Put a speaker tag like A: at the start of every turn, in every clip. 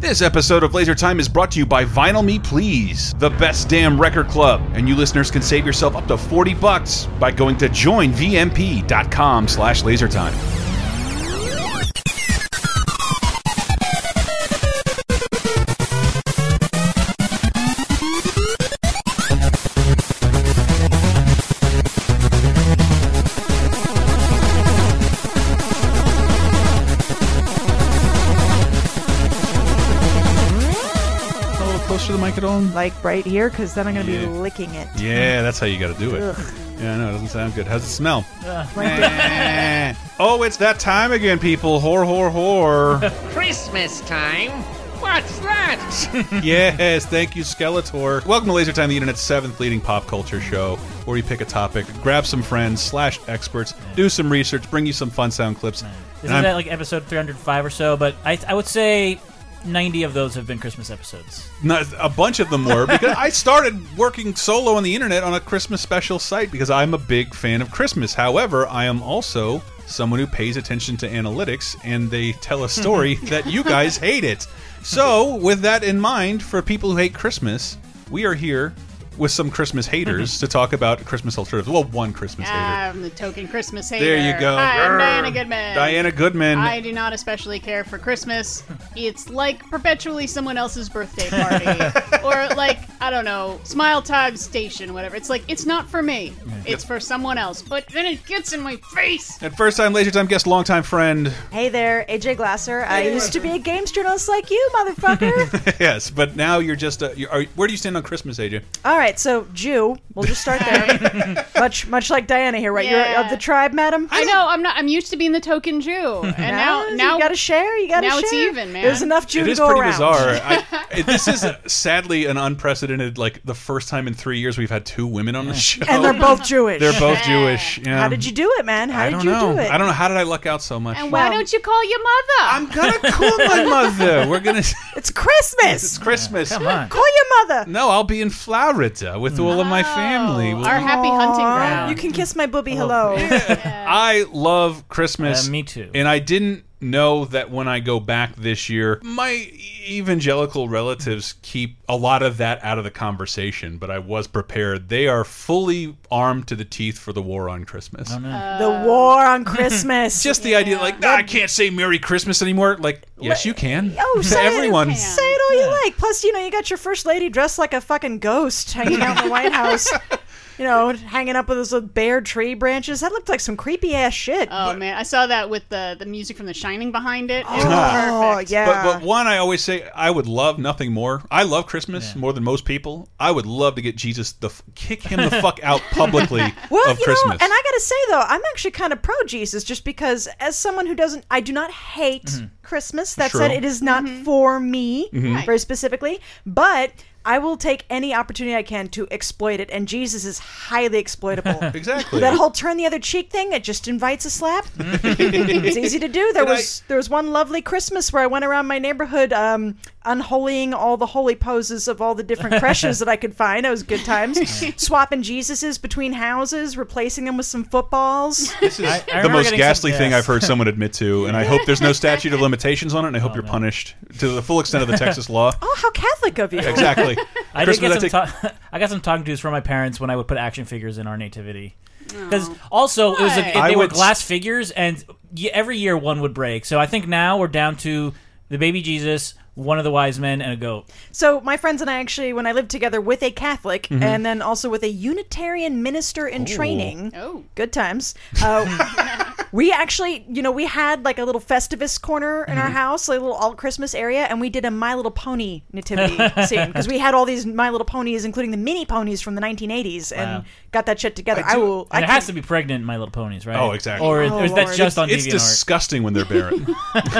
A: This episode of Laser Time is brought to you by Vinyl Me Please, the best damn record club, and you listeners can save yourself up to 40 bucks by going to joinvmp.com slash lasertime. A little closer to the mic at all?
B: like right here because then I'm gonna
A: Yeah.
B: be licking it.
A: Yeah, that's how you gotta do it. Yeah, I know, it doesn't sound good. How's it smell?
B: Like
A: Eh. oh, it's that time again, people. Whore, whore, whore.
C: Christmas time? What's that?
A: yes, thank you, Skeletor. Welcome to Laser Time, the internet's seventh leading pop culture show, where we pick a topic, grab some friends slash experts, do some research, bring you some fun sound clips.
D: This
A: And I'm-
D: is at like episode 305 or so, but I, I would say 90 of those have been Christmas episodes.
A: No, a bunch of them were because I started working solo on the internet on a Christmas special site because I'm a big fan of Christmas. However, I am also someone who pays attention to analytics and they tell a story that you guys hate it. So, with that in mind, for people who hate Christmas, we are here with some Christmas haters to talk about Christmas alternatives. Well, one Christmas hater.
E: I'm the token Christmas hater.
A: There you go.
E: Hi, I'm
A: Grr.
E: Diana Goodman.
A: Diana Goodman.
E: I do not especially care for Christmas. It's like perpetually someone else's birthday party, or like I don't know, Smile Time Station, whatever. It's like it's not for me. It's for someone else. But then it gets in my face.
A: At first time, laser time guest, longtime friend.
B: Hey there, AJ Glasser. I used to be a games journalist like you, motherfucker.
A: yes, but now you're just. A, you are, where do you stand on Christmas, AJ?
B: All right, so Jew. We'll just start there. much, much like Diana here, right? You're
E: Yeah.
B: of the tribe, madam.
E: I know I'm not. I'm used to being the token Jew, and now now
B: you gotta share. You gotta
E: now
B: share.
E: it's even, man.
B: There's enough Jew
A: It
B: to
A: is
B: go
A: pretty
B: around.
A: bizarre. I, it- this is uh, sadly an unprecedented, like the first time in three years we've had two women on the show.
B: And they're both Jewish.
A: They're both Jewish. Yeah.
B: How did you do it, man? How
A: I
B: did
A: don't
B: you
A: know.
B: do it?
A: I don't know. How did I luck out so much?
E: and why
B: Well-
E: don't you call your mother?
A: I'm gonna call my mother. We're gonna.
B: It's Christmas.
A: It's Christmas.
D: Come on.
B: Call your mother.
A: No, I'll be in Florida with all of my
B: Oh,
A: family. We'll
E: Our
A: be-
E: happy hunting
B: Aw,
E: ground.
B: You can kiss my
A: Oh,
B: booby. Hello.
A: I love Christmas.
D: Uh, me too.
A: And I didn't know that when I go back this year, my evangelical relatives keep a lot of that out of the conversation, but I was prepared. They are fully armed to the teeth for the war on Christmas.
D: Oh,
B: the war on Christmas.
A: Just the idea, like, nah, I can't say Merry Christmas anymore. Like, yes, you can.
B: Oh,
A: to
B: say it,
A: everyone.
E: can.
B: Say it all you like. Plus, you know, you got your first lady dressed like a fucking ghost hanging out in the White House. You know, hanging up with those little bare tree branches. That looked like some creepy ass shit.
E: Oh man, I saw that with the the music from The Shining behind it. It was
B: Oh,
E: perfect.
B: yeah.
A: But, but one, I always say I would love nothing more. I love Christmas more than most people. I would love to get Jesus the f- kick him the fuck out publicly
B: well,
A: of
B: you
A: Christmas.
B: know, and I gotta say though, I'm actually kind of pro Jesus, just because as someone who doesn't, I do not hate Christmas. That
A: Mm-hmm. True. Mm-hmm.
B: said, it is not for me very specifically, but. I will take any opportunity I can to exploit it, and Jesus is highly exploitable.
A: exactly.
B: That whole turn the other cheek thing, it just invites a slap. it's easy to do. There
A: And I-
B: was there was one lovely Christmas where I went around my neighborhood um unholying all the holy poses of all the different creches that I could find. It was good times. Swapping Jesuses between houses, replacing them with some footballs.
A: This is
D: I
A: the
D: remember
A: most
D: getting
A: ghastly
D: some-
A: thing
D: yes.
A: I've heard someone admit to, and I hope there's no statute of limitations on it, and
D: Oh,
A: I hope you're punished to the full extent of the Texas law.
B: Oh, how Catholic of you.
A: Exactly.
D: I did
A: Christmas,
D: get some
A: take-
D: ta- I got some talking to's from my parents when I would put action figures in our nativity. Because also it was a,
E: Why?
D: they
A: I
D: were
A: would-
D: glass figures, and y- every year one would break. So I think now we're down to the baby Jesus, one of the wise men, and a goat.
B: So my friends and I actually when I lived together with a Catholic and then also with a Unitarian minister in training.
E: Oh.
B: good times. Uh, we actually, you know, we had like a little Festivus corner in our house, like a little all Christmas area, and we did a My Little Pony nativity scene because we had all these My Little Ponies, including the mini ponies from the 1980s, and
D: Wow.
B: got that shit together.
A: I
B: I,
A: do-
B: will. I
D: And it
B: can-
D: has to be pregnant in My Little Ponies, right?
A: Oh, exactly.
D: Or,
B: Oh,
D: or is that
B: Lord.
D: just on
A: it's
D: DeviantArt?
A: disgusting when they're barren.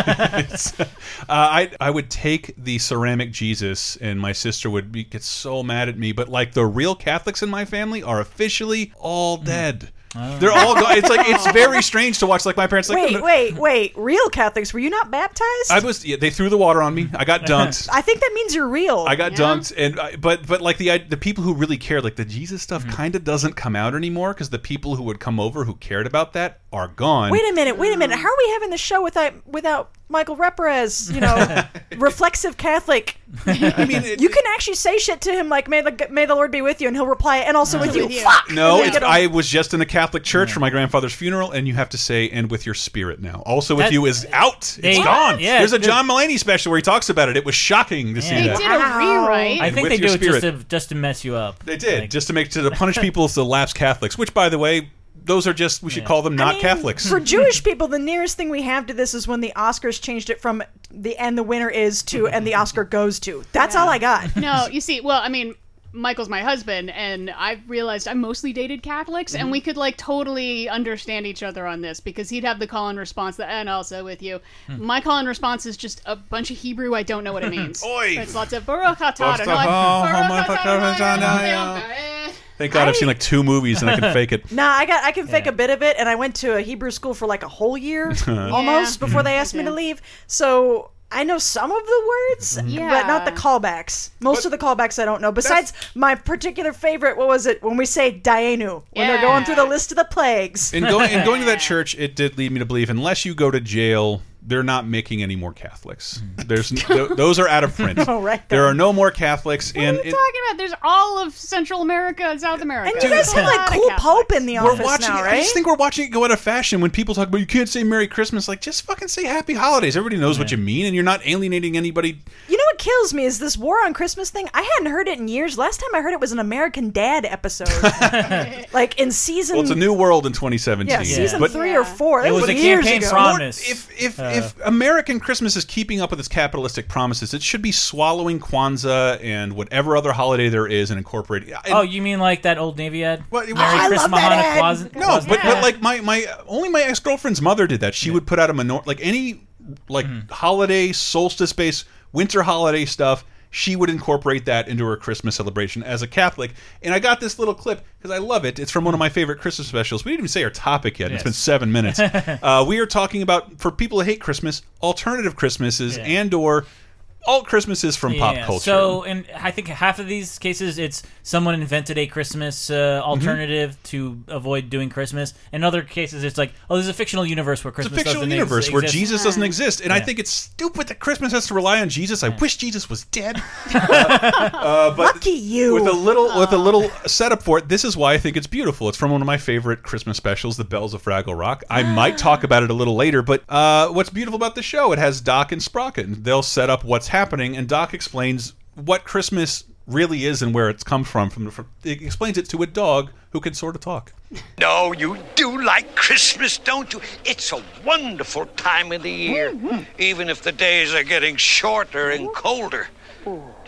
A: It's- uh, I I would take the ceramic Jesus, and my sister would be, get so mad at me. But like the real Catholics in my family are officially all
D: Hmm.
A: dead. They're all. Go it's like it's very strange to watch. Like my parents, like
B: Wait, wait, wait! Real Catholics, were you not baptized?
A: I
B: I,
A: was. Yeah, they threw the water on me. I got dunked.
B: think that means you're real.
A: I got dunked, and I, but but like the I, the people who really cared, like the Jesus stuff,
D: Mm-hmm.
A: kind of doesn't come out anymore because the people who would come over who cared about that are gone.
B: wait a minute, wait a minute. How are we having the show without without Michael Reprez, you know, reflexive Catholic.
A: I mean, it,
B: You can actually say shit to him like "May the May the Lord be with you," and he'll reply, "And also with you."
E: with you.
B: Fuck.
A: No,
E: Yeah.
A: it's, I was just in a Catholic church for my grandfather's funeral, and you have to say, "And with your spirit now." Also, with
D: That-
A: you is out. It's
D: They-
A: gone.
D: yeah,
A: There's a
D: they-
A: John Mulaney special where he talks about it. It was shocking to see
D: They
E: They
A: that.
E: did a
B: Wow.
E: rewrite.
D: I think
A: with
D: they do
A: your
D: it just to
A: spirit.
D: just to mess you up.
A: They did
D: Like,
A: just to make to, to punish people, the lapsed Catholics. Which, by the way, those are just we should call them not
B: I mean,
A: Catholics.
B: For Jewish people, the nearest thing we have to this is when the Oscars changed it from the and the winner is to and the Oscar goes to. That's all I got.
E: No, you see, well, I mean, Michael's my husband, and I've realized I mostly dated Catholics,
B: Mm-hmm.
E: and we could like totally understand each other on this because he'd have the call and response that, and also with you.
B: Hmm.
E: My call and response is just a bunch of Hebrew. I don't know what it means.
A: Oi.
E: It's lots of Baruch Atah. and I'm like,
A: Oh,
E: "Baruch
A: oh,
E: atah
A: my-
E: Adonai."
A: Thank God I, have seen like two movies and I can fake it.
B: Nah, I got I can fake a bit of it, and I went to a Hebrew school for like a whole year almost
E: Yeah.
B: before they asked me to
E: too.
B: leave. So I know some of the
A: Mm-hmm.
B: words, but not the
E: Yeah.
B: callbacks. Most of the callbacks I don't know. Besides my particular favorite, what was it when we say Dainu when they're going through the
E: Yeah.
B: list of the plagues?
A: And going and going to that church, it did lead me to believe unless you go to jail, they're not making any more Catholics. There's n- th those are out of print.
B: Mm. All right,
A: There
B: then.
A: are no more Catholics.
E: What are
A: and
E: you
A: it-
E: talking about? There's all of Central America and South America.
B: And you guys have like cool Pope in the office
A: we're watching.
B: now,
A: it-
B: right?
A: I just think we're watching it go out of fashion when people talk about you can't say Merry Christmas. Like just fucking say Happy Holidays. Everybody knows what you mean, and you're not alienating anybody.
B: You know what kills me is this war on Christmas thing. I hadn't heard it in years. Last time I heard it was an American Dad episode, like in season.
A: Well, it's a new world in 2017.
B: yeah, season
A: But
B: three
E: Yeah.
B: or four. That
D: It was a
B: years
D: campaign
B: ago.
A: Lord,
D: promise.
A: if if
D: Uh.
A: if American Christmas is keeping up with its capitalistic promises, it should be swallowing Kwanzaa and whatever other holiday there is and incorporating.
D: Oh, you mean like that old Navy ad?
A: Well, it was-
D: Merry
A: I love
D: Christmas,
B: that
D: Mahana
B: ad.
D: Quas-
A: No,
D: Quas-
A: but, but like my my only my ex girlfriend's mother did that. She would put out a minor like any like
D: Mm-hmm.
A: holiday solstice based winter holiday stuff. She would incorporate that into her Christmas celebration as a Catholic. And I got this little clip because I love it. It's from one of my favorite Christmas specials. We didn't even say our topic yet. and It's
D: Yes.
A: been seven minutes. uh, we are talking about for people who hate Christmas, alternative Christmases
D: Yeah.
A: and or alt Christmases from pop
D: Yeah,
A: culture.
D: So, in I think half of these cases, it's someone invented a Christmas uh,
A: Mm-hmm.
D: alternative to avoid doing Christmas. In other cases, it's like, oh, there's a fictional universe where
A: It's a
D: Christmas
A: fictional
D: doesn't ex-
A: universe where
D: exist.
A: Jesus doesn't exist, and I
D: Yeah.
A: think it's stupid that Christmas has to rely on Jesus. I wish Jesus was dead.
B: Lucky you.
A: Uh, With a little, with a little setup for it, this is why I think it's beautiful. It's from one of my favorite Christmas specials, "The Bells of Fraggle Rock."
B: Ah.
A: I might talk about it a little later, but uh, what's beautiful about the show? It has Doc and Sprocket. And they'll set up what's happening, and Doc explains what Christmas really is and where it's come from. From, from it explains it to a dog who can sort of talk.
F: No, you do like Christmas, don't you? It's a wonderful time of the year, even if the days are getting shorter and colder.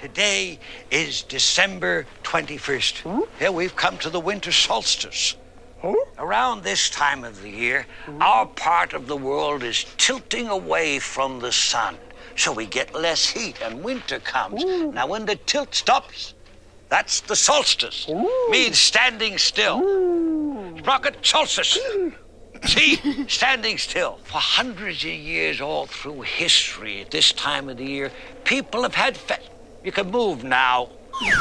F: Today is December 21st. Yeah, we've come to the winter solstice. Around this time of the year, our part of the world is tilting away from the sun, so we get less heat and winter comes. Now, when the tilt stops, that's the solstice. Means standing still. Rocket solstice. See, standing still. For hundreds of years, all through history, at this time of the year, people have had. Fe- you can move now.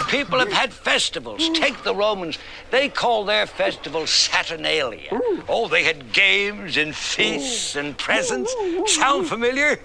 F: People have had festivals. Take the Romans. They call their festival Saturnalia. Oh, they had games and feasts and presents. Sound familiar?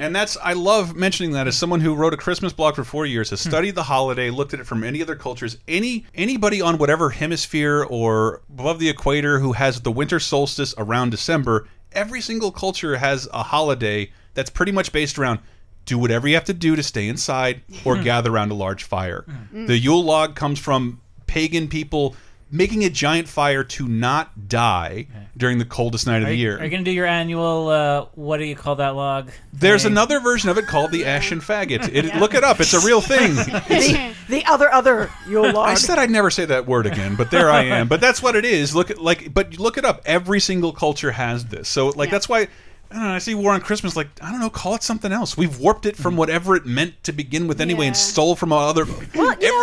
A: And that's I love mentioning that as someone who wrote a Christmas blog for four years,
F: Hmm.
A: has studied the holiday, looked at it from any other cultures, any anybody on whatever hemisphere or above the equator who has the winter solstice around December, every single culture has a holiday that's pretty much based around do whatever you have to do to stay inside or
F: Hmm.
A: gather around a large fire. The Yule log comes from pagan people making a giant fire to not die during the coldest night of
D: Are
A: the
D: you,
A: year.
D: are you gonna do your annual? Uh, what do you call that log?
A: There's
D: thing?
A: another version of it called the Ashen Faggot. It, Look it up. It's a real thing.
B: the, the other other you'll
A: I
B: log.
A: said I'd never say that word again, but there I am. But that's what it is. Look at like, but look it up. Every single culture has this. So like,
E: Yeah.
A: that's why. I don't know. I see war on Christmas. Like I don't know. Call it something else. We've warped it from whatever it meant to begin with anyway, and
E: Mm. Yeah.
A: stole from other every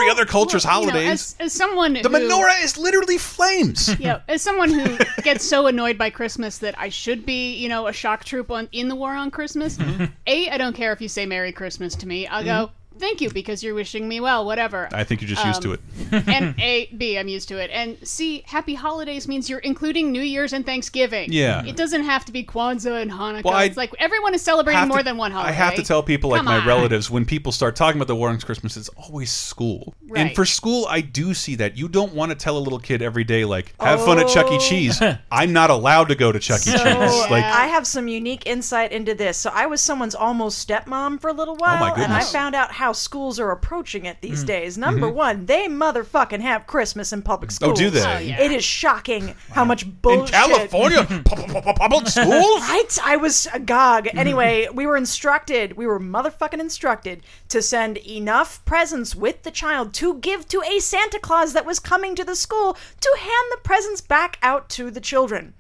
E: know,
A: other culture's
E: well, you know,
A: holidays.
E: as, as someone
A: the
E: who,
A: menorah is literally flames.
E: Yeah, as someone who gets so annoyed by Christmas that I should be, you
A: Mm-hmm.
E: know, a shock troop on in the war on Christmas. A, I don't care if you say Merry Christmas to me. I'll go thank you because you're wishing me well, whatever.
A: I think you're just used to
E: um,
A: it. Hmm.
E: and A, B, I'm used to it. And C, happy holidays means you're including New Year's and Thanksgiving.
A: Yeah.
E: It doesn't have to be Kwanzaa and Hanukkah.
A: Well, I-
E: it's like everyone is celebrating
A: have
E: more
A: to-
E: than one holiday.
A: I have to tell people, like
E: Oh, Come
A: my
E: on.
A: relatives, when people start talking about the war on Christmas, it's always school. And
E: Right.
A: for school, I do see that. You don't want to tell a little kid every day, like, have fun at Chuck E.
B: Oh.
A: Cheese. I'm not allowed to go to Chuck E. Cheese.
E: uh,
A: Like,
B: I have some unique insight into this. So I was someone's almost stepmom for a little
A: Oh, my
B: while, and I
A: goodness. Mm-hmm.
B: found out how schools are approaching it
E: Mm.
B: these days. Number one, they motherfucking have Christmas in public
A: oh,
B: schools.
A: do they?
E: Oh, yeah.
B: It is shocking how much
A: In
B: bullshit.
A: California, pu- pu- pu- pu- public schools?
B: Right? I was agog.
D: Mm-hmm.
B: Anyway, we were instructed, we were motherfucking instructed to send enough presents with the child to give to a Santa Claus that was coming to the school to hand the presents back out to the children.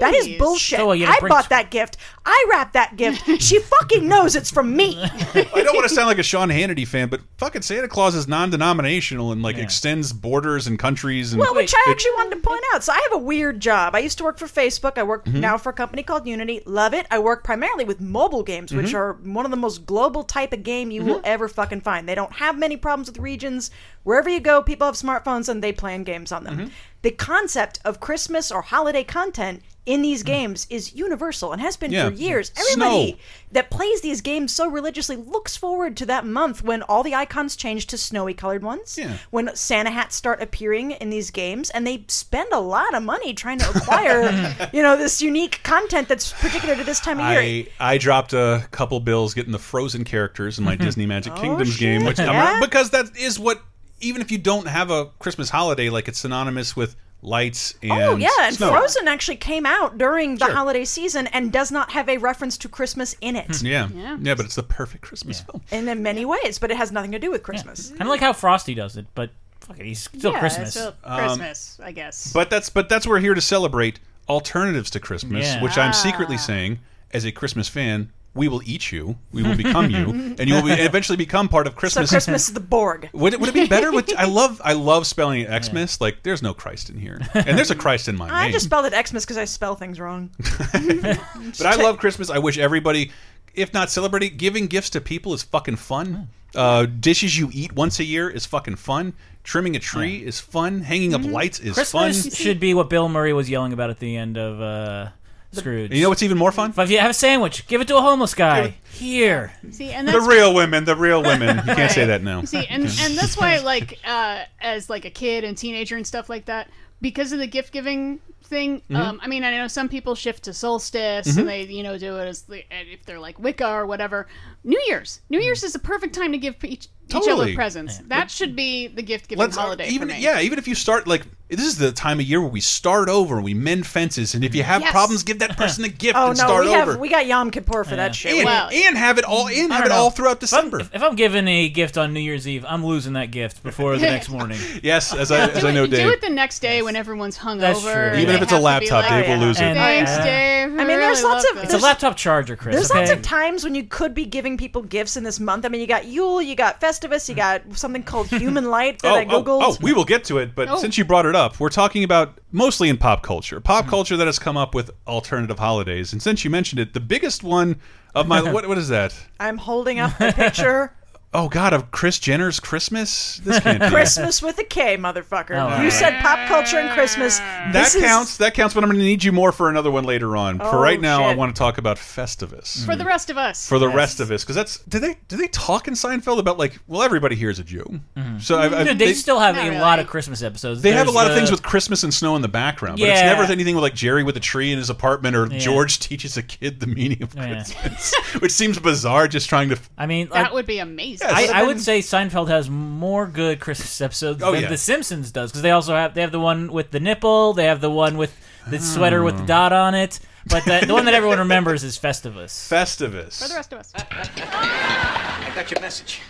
B: That is
E: Jeez.
B: bullshit.
D: So, uh, you had
B: I
D: to bring-
B: bought that gift. I wrapped that gift. she fucking knows it's from me.
A: I don't want to sound like a Sean Hannity fan, but fucking Santa Claus is non-denominational and like extends borders and countries and
B: Well, which I
A: It-
B: actually wanted to point out. So I have a weird job. I used to work for Facebook. I
A: Mm-hmm.
B: work now for a company called Unity. Love it. I work primarily with mobile games,
A: Mm-hmm.
B: which are one of the most global type of game you will ever fucking find. They don't have many problems with regions. Wherever you go, people have smartphones and they playing games on them.
A: Mm-hmm.
B: The concept of Christmas or holiday content in these games is universal and has been
A: Mm. Yeah.
B: for years.
A: Snow.
B: Everybody that plays these games so religiously looks forward to that month when all the icons change to snowy colored ones,
A: Yeah.
B: when Santa hats start appearing in these games, and they spend a lot of money trying to acquire, you know, this unique content that's particular to this time of year.
A: I, I dropped a couple bills getting the Frozen characters in my Disney Magic Kingdoms
B: Mm-hmm. Oh, shit.
A: game, which I'm
B: Yeah?
A: because that is what even if you don't have a Christmas holiday, like it's synonymous with lights and
B: Oh yeah, and
A: snow.
B: Frozen actually came out during the
A: Sure.
B: holiday season and does not have a reference to Christmas in it
A: Hmm. Yeah. yeah, but it's the perfect Christmas film.
B: in in many ways, but it has nothing to do with Christmas.
D: Kind of like how Frosty does it, but fuck it, he's still
E: yeah,
D: Christmas.
E: So Christmas, I guess.
A: Um, But that's but that's we're here to celebrate alternatives to Christmas,
D: Yeah.
A: which I'm secretly
B: Ah.
A: saying as a Christmas fan. We will eat you. We will become you, and you will be, eventually become part of
B: So
A: Christmas.
B: Christmas is the Borg.
A: Would it, would it be better with? I love I love spelling it Xmas. Like there's no Christ in here, and there's a Christ in my name.
B: I just spelled it Xmas because I spell things wrong.
A: But I love Christmas. I wish everybody, if not celebrating, giving gifts to people is fucking fun. Uh, dishes you eat once a year is fucking fun. Trimming a tree is fun. Hanging up
B: Mm-hmm.
A: lights is
D: Christmas
A: fun.
D: should be what Bill Murray was yelling about at the end of uh, Scrooge.
A: You know what's even more fun?
D: But if you have a sandwich, give it to a homeless guy. Here.
E: See, and
A: The
E: that's
A: real women. The real women. You can't say that now.
E: See, and and that's why, like, uh, as like a kid and teenager and stuff like that, because of the gift giving thing.
A: Mm-hmm.
E: Um, I mean, I know some people shift to solstice and they, you know, do it as the, and if they're like Wicca or whatever. New Year's, New Year's is the perfect time to give each, each
A: Mm. Totally.
E: other presents. That should be the gift giving
A: Let's- uh,
E: holiday.
A: even
E: for me.
A: yeah, even if you start like this is the time of year where we start over and we mend fences, and if you have
E: Yes.
A: problems, give that person a gift
B: Oh
A: and
B: no,
A: start
B: we
A: over.
B: have we got Yom Kippur for that shit.
A: and,
E: Wow.
A: and have it all and have
D: don't
A: it
D: know.
A: all throughout
D: If I'm-
A: December.
D: If, if I'm given a gift on New Year's Eve, I'm losing that gift before the next morning.
A: yes, as I as
E: Do
A: I
E: it,
A: know,
E: do
A: Dave.
E: it the next day when everyone's hungover.
D: That's true.
E: and
A: Even
E: they
A: if it's a
E: have to be
A: laptop,
E: like,
A: Dave will lose it.
D: And- uh,
E: Thanks,
D: Yeah.
E: Dave.
B: I mean, there's
E: really
B: lots
E: love
B: of-
E: this."
D: It's a laptop charger, Chris.
B: There's
D: okay?
B: lots of times when you could be giving people gifts in this month. I mean, you got Yule, you got Festivus, you got something called Human Light that
A: Oh,
B: I googled.
A: Oh, oh, we will get to it, but since you brought it up, we're talking about mostly in pop culture. Pop culture that has come up with alternative holidays. And since you mentioned it, the biggest one of my what what is that?
B: I'm holding up the picture.
A: Oh god, of Chris Jenner's Christmas? This can't be.
B: Christmas with a K, motherfucker.
D: Oh,
B: you
D: right.
B: said pop culture and Christmas.
A: That
B: This is-
A: counts. That counts, but I'm going to need you more for another one later on. for
B: Oh,
A: right now, I
B: shit.
A: want to talk about Festivus. Mm.
E: for the rest of us.
A: for the rest of us, because that's do they do they talk in Seinfeld about like well everybody here is a Jew, so I, I,
D: Mm-hmm. Dude, they, still have a
E: Not
D: lot
E: really.
D: of Christmas episodes.
A: They have a
D: There's
A: lot of
D: the-
A: things with Christmas and snow in the background, but it's
D: Yeah.
A: never anything with like Jerry with a tree in his apartment or George teaches a kid the meaning of
D: Yeah.
A: Christmas, which seems bizarre just trying to.
D: I mean, like,
E: that would be amazing.
A: Yes.
D: I,
A: would've
D: I
A: been-
D: would say Seinfeld has more good Christmas episodes
A: Oh,
D: than
A: yeah.
D: The Simpsons does because they also have they have the one with the nipple, they have the one with the sweater
A: Oh.
D: with the dot on it, but the, the one that everyone remembers is Festivus.
A: Festivus.
E: for the rest of us.
G: I got your message.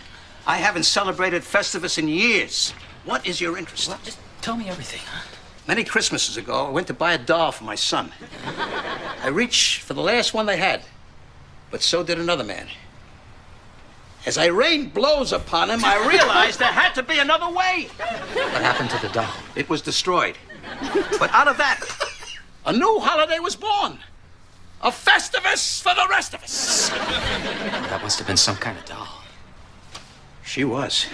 G: I haven't celebrated Festivus in years. What is your interest?
H: Just tell me everything, huh?
G: Many Christmases ago, I went to buy a doll for my son. I reached for the last one they had, but so did another man. As I rained blows upon him, I realized there had to be another way. What happened to the doll? It was destroyed. But out of that, a new holiday was born. A Festivus for the rest of us.
H: That must have been some kind of doll.
G: She was.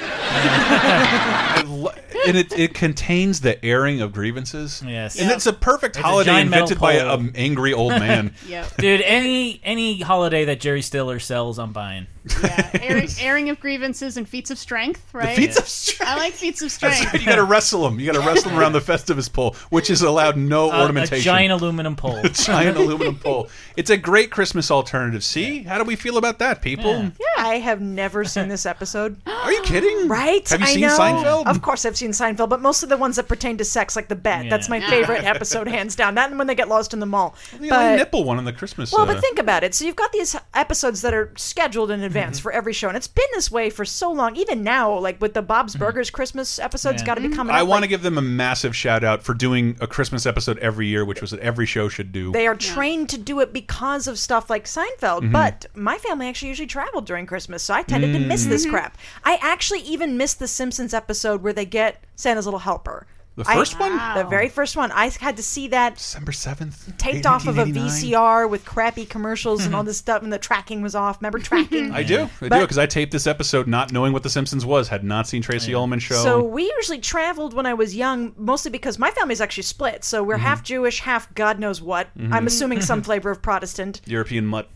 A: I lo- and it, it contains the airing of grievances.
D: Yes.
A: and
D: Yeah.
A: it's a perfect
D: a
A: holiday
D: giant metal
A: invented by
D: pole.
A: an angry old man.
E: Yep.
D: Dude, any any holiday that Jerry Stiller sells, I'm buying.
E: Yeah. Airing, airing of grievances and feats of strength, right?
A: Feats of strength.
E: I like feats of
A: That's
E: strength.
A: right, You got to wrestle him. You got to wrestle him around the Festivus pole, which is allowed no
D: A- A,
A: ornamentation.
D: giant aluminum pole.
A: Giant aluminum pole. It's a great Christmas alternative. See, how do we feel about that, people?
D: Yeah.
B: I have never seen this episode.
A: Are you kidding?
B: Right?
A: Have you
B: I
A: seen
B: know.
A: Seinfeld?
B: Of course, I've seen Seinfeld, but most of the ones that pertain to sex, like the bet. That's my favorite episode, hands down. That and when they get lost in the mall.
A: The only
B: but,
A: nipple one on the Christmas.
B: well,
A: uh,
B: but think about it. So you've got these episodes that are scheduled in
A: Mm-hmm.
B: advance for every show, and it's been this way for so long. Even now, like with the Bob's Burgers Christmas episode's
D: Yeah.
B: got to be coming.
A: Mm-hmm. I
B: up,
A: want to
B: like,
A: give them a massive shout out for doing a Christmas episode every year, which was that every show should do.
B: They are trained to do it because of stuff like Seinfeld,
A: Mm-hmm.
B: but my family actually usually traveled during Christmas, so I tended to miss
A: Mm-hmm.
B: this crap. I actually even missed the Simpsons episode where they get Santa's little helper.
A: the
B: I-
A: first one,
B: The very first one. I had to see that
A: December seventh,
B: taped off of a VCR with crappy commercials and all this stuff, and the tracking was off. Remember tracking?
A: I do, I do,
B: But-
A: because I taped this episode not knowing what The Simpsons was, had not seen Tracy Ullman show.
B: So we usually traveled when I was young, mostly because my family's actually split. So
A: Mm-hmm.
B: we're half Jewish, half God knows what. I'm assuming some flavor of Protestant.
A: European mutt.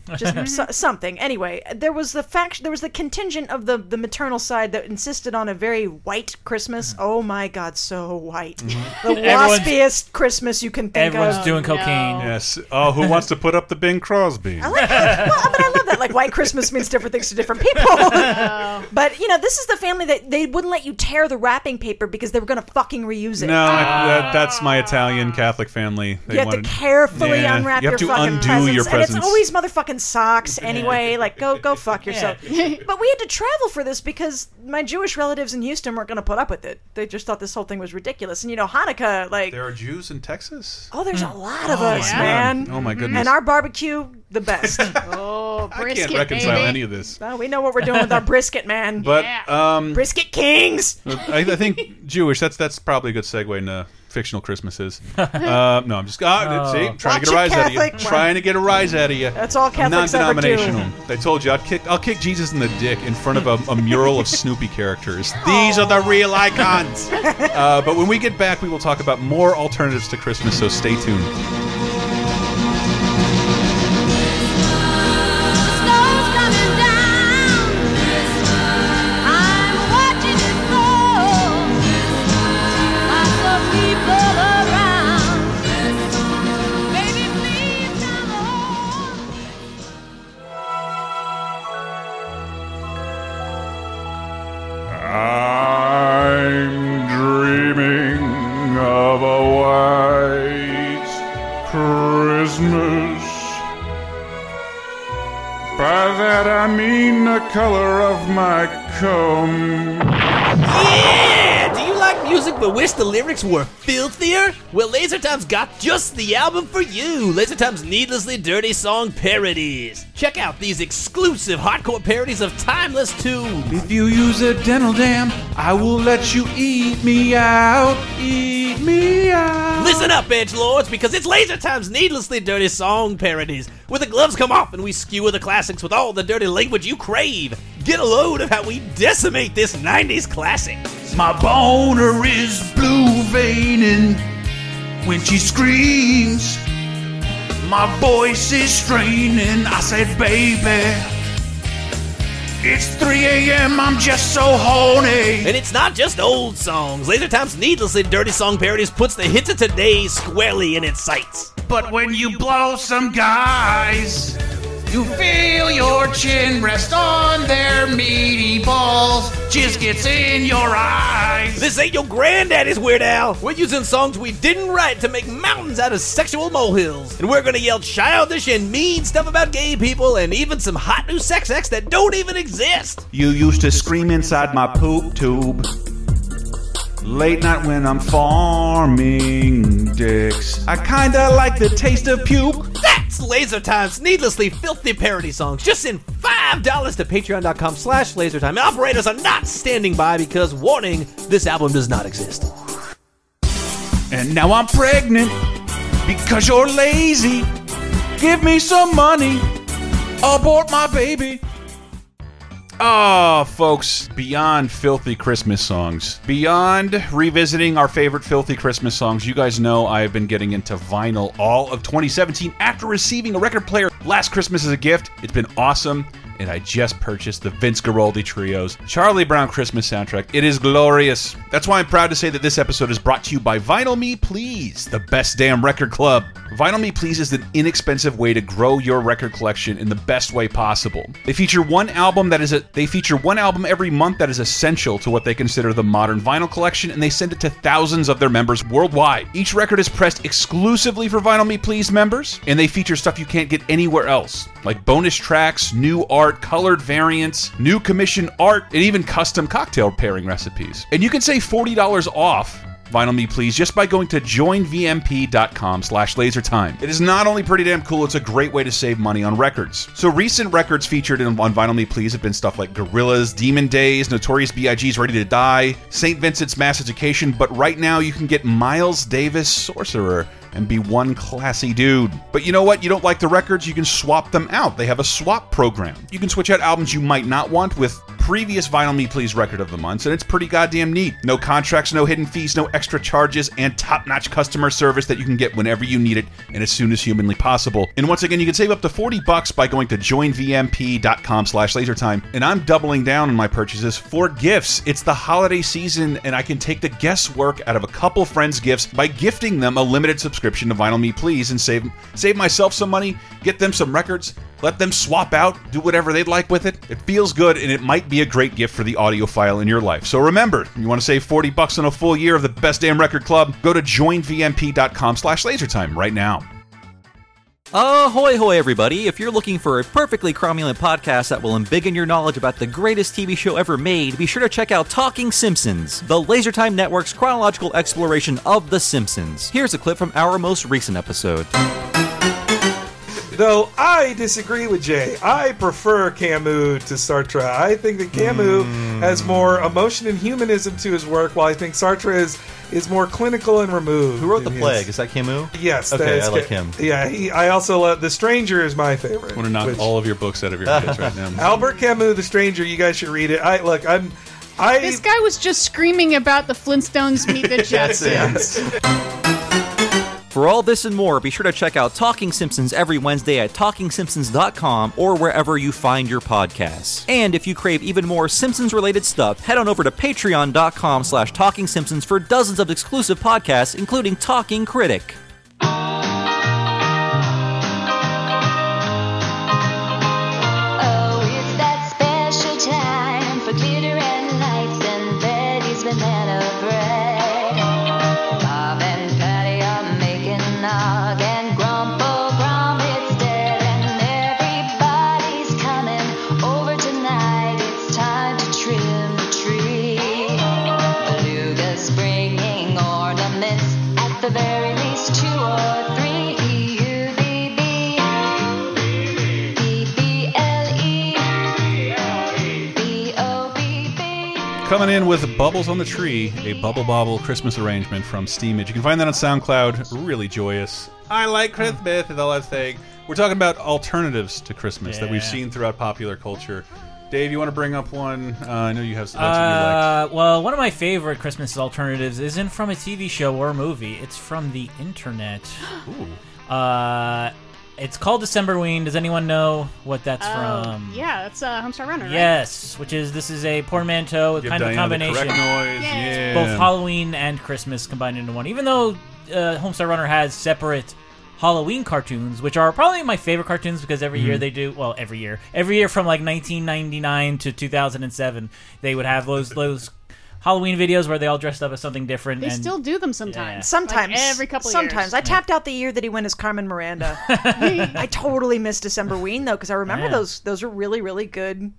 B: just so- something. Anyway, there was the fact there was the contingent of the the maternal side that insisted on a very white Christmas.
A: Mm-hmm.
B: Oh my God, so white, the
D: Everyone's-
B: waspiest Christmas you can think
D: Everyone's
B: of.
D: doing cocaine.
A: Yes. Oh, who wants to put up the Bing Crosby?
B: well, but I love that. Like white Christmas means different things to different people. but you know, this is the family that they wouldn't let you tear the wrapping paper because they were going to fucking reuse it. Ah.
A: No, I, that, that's my Italian Catholic family. They
B: You have
A: wanted,
B: to carefully
A: Yeah.
B: unwrap
A: You have
B: your
A: to
B: fucking
A: undo
B: presents,
A: your
B: and
A: presents.
B: it's always motherfucking socks anyway. Like, go go fuck yourself. but we had to travel for this because my Jewish relatives in Houston weren't going to put up with it. They just thought this whole thing was ridiculous. And you know, Hanukkah, like,
A: There are Jews in Texas.
B: oh, there's a lot of us,
A: God.
B: man.
A: Hmm. Oh my goodness.
B: And our barbecue, the best.
E: Oh,
A: I
E: brisket,
A: can't reconcile
E: baby.
A: any of this.
B: Well, we know what we're doing with our brisket, man.
A: But
E: Yeah.
A: um,
B: brisket kings.
A: I, I think Jewish. That's that's probably a good segue into fictional Christmases. uh, no, I'm just uh, see, trying to get
B: Watch
A: a
B: it,
A: rise out of you.
B: Catholic.
A: Trying to get a rise out of you.
B: That's all Catholics ever do.
A: Non-denominational. They told you I'd kick I'll kick Jesus in the dick in front of a, a mural of Snoopy characters. These are the real icons. uh, but when we get back, we will talk about more alternatives to Christmas. So stay tuned.
H: Snow's coming down. I'm watching it fall. Lots of people around. Baby, please come home.
I: I'm dreaming of a white Christmas. By that I mean the color of my cum.
J: Yeah! Um, Do you like music but wish the lyrics were filthier? Well, Laser Time's got just the album for you Laser Time's Needlessly Dirty Song Parodies. Check out these exclusive hardcore parodies of timeless tunes.
A: If you use a dental dam, I will let you eat me out. Eat me out.
J: Listen up, Edge Lords, because it's Laser Time's Needlessly Dirty Song Parodies, where the gloves come off and we skewer the classics with all the dirty language you crave. Get a load of how we decimate this 90s classic.
I: My boner is blue veining when she screams. My voice is straining. I said, baby, it's 3 a.m. I'm just so horny.
J: And it's not just old songs. Laser Time's needlessly dirty song parodies puts the hits of today squarely in its sights.
I: But when you blow some guys, you feel your chin rest on their meaty balls. Jizz gets in your eyes.
J: This ain't your granddaddy's Weird Al. We're using songs we didn't write to make mountains out of sexual molehills. And we're gonna yell childish and mean stuff about gay people and even some hot new sex acts that don't even exist.
I: You used to scream inside my poop tube. Late night when I'm farming dicks. I kinda like the taste of puke.
J: That's Laser Time's needlessly filthy parody songs. Just send five dollars to patreon.com slash lasertime. Operators are not standing by because warning, this album does not exist.
I: And now I'm pregnant because you're lazy. Give me some money. Abort my baby.
A: Oh, folks, beyond filthy Christmas songs, beyond revisiting our favorite filthy Christmas songs, you guys know I've been getting into vinyl all of 2017 after receiving a record player last Christmas as a gift. It's been awesome. And I just purchased the Vince Guaraldi Trio's Charlie Brown Christmas soundtrack. It is glorious. That's why I'm proud to say that this episode is brought to you by Vinyl Me Please, the best damn record club. Vinyl Me Please is an inexpensive way to grow your record collection in the best way possible. They feature one album that is a, they feature one album every month that is essential to what they consider the modern vinyl collection and they send it to thousands of their members worldwide. Each record is pressed exclusively for Vinyl Me Please members and they feature stuff you can't get anywhere else, like bonus tracks, new art, colored variants, new commission art, and even custom cocktail pairing recipes. And you can save $40 off Vinyl Me Please just by going to joinvmp.com slash lasertime. It is not only pretty damn cool, it's a great way to save money on records. So recent records featured in, on Vinyl Me Please have been stuff like Gorillaz, Demon Days, Notorious B.I.G.'s Ready to Die, St. Vincent's Mass Education, but right now you can get Miles Davis Sorcerer and be one classy dude. But you know what? You don't like the records, you can swap them out. They have a swap program. You can switch out albums you might not want with previous Vinyl Me Please record of the months, and it's pretty goddamn neat. No contracts, no hidden fees, no extra charges, and top notch customer service that you can get whenever you need it and as soon as humanly possible. And once again, you can save up to 40 bucks by going to joinvmp.com slash lasertime. And I'm doubling down on my purchases for gifts. It's the holiday season, and I can take the guesswork out of a couple friends' gifts by gifting them a limited subscription to Vinyl Me Please and save, save myself some money, get them some records, let them swap out, do whatever they'd like with it. It feels good, and it might be a great gift for the audiophile in your life. So remember, you want to save 40 bucks on a full year of the Best Damn Record Club? Go to joinvmp.com slash lasertime right now.
K: Ahoy, hoy, everybody! If you're looking for a perfectly cromulent podcast that will embiggen your knowledge about the greatest TV show ever made, be sure to check out Talking Simpsons, the Lasertime Network's chronological exploration of The Simpsons. Here's a clip from our most recent episode.
L: Though I disagree with Jay. I prefer Camus to Sartre. I think that Camus
M: Hmm.
L: has more emotion and humanism to his work, while I think Sartre is is more clinical and removed.
M: Who wrote
L: in
M: the
L: his-
M: plague? Is that Camus?
L: Yes. that
M: Okay,
L: is
M: I like
L: Ca-
M: him.
L: Yeah. He, I also love The Stranger is my favorite.
A: I want to knock
L: which-
A: all of your books out of your heads right now.
L: Albert Camus, The Stranger. You guys should read it. I look. I'm. I
E: This guy was just screaming about the Flintstones meet the Jetsons.
K: For all this and more, be sure to check out Talking Simpsons every Wednesday at TalkingSimpsons.com or wherever you find your podcasts. And if you crave even more Simpsons-related stuff, head on over to Patreon.com slash Talking Simpsons for dozens of exclusive podcasts, including Talking Critic.
H: Oh, it's that special time for glitter and lights and Betty's banana bread. Bob and Patty are making nog and Grumpo Gromit's dead and everybody's coming over tonight. It's time to trim the tree. Beluga's bringing ornaments at the very least two or three. E-U-B-B.
A: Coming in with Bubbles on the Tree, a Bubble Bobble Christmas arrangement from Steamage. You can find that on SoundCloud. Really joyous. I like Christmas is all I'm saying. We're talking about alternatives to Christmas that we've
D: Yeah.
A: seen throughout popular culture. Dave, you want to bring up one? Uh, I know you have lots of you like.
D: Uh, well, one of my favorite Christmas alternatives isn't from a TV show or movie. It's from the internet. Uh, it's called Decemberween. Does anyone know what that's from?
E: yeah, that's uh, Hamster Runner. right?
D: Yes, which is this is a portmanteau,
A: Give
D: kind of
A: Diana the
D: combination.
A: correct noise.
E: Yeah.
A: Yeah.
D: both Halloween and Christmas combined into one. Even though uh, Homestar Runner has separate Halloween cartoons, which are probably my favorite cartoons because every
A: Mm-hmm.
D: year they do well. Every year, every year from like 1999 to 2007, they would have those those Halloween videos where they all dressed up as something different.
E: They
D: and
E: still do them sometimes.
B: Sometimes,
E: Like every couple of
B: sometimes
E: years.
B: I tapped out the year that he went as Carmen Miranda. I totally missed December Ween though because I remember
D: Yeah.
B: those. Those were really, really good.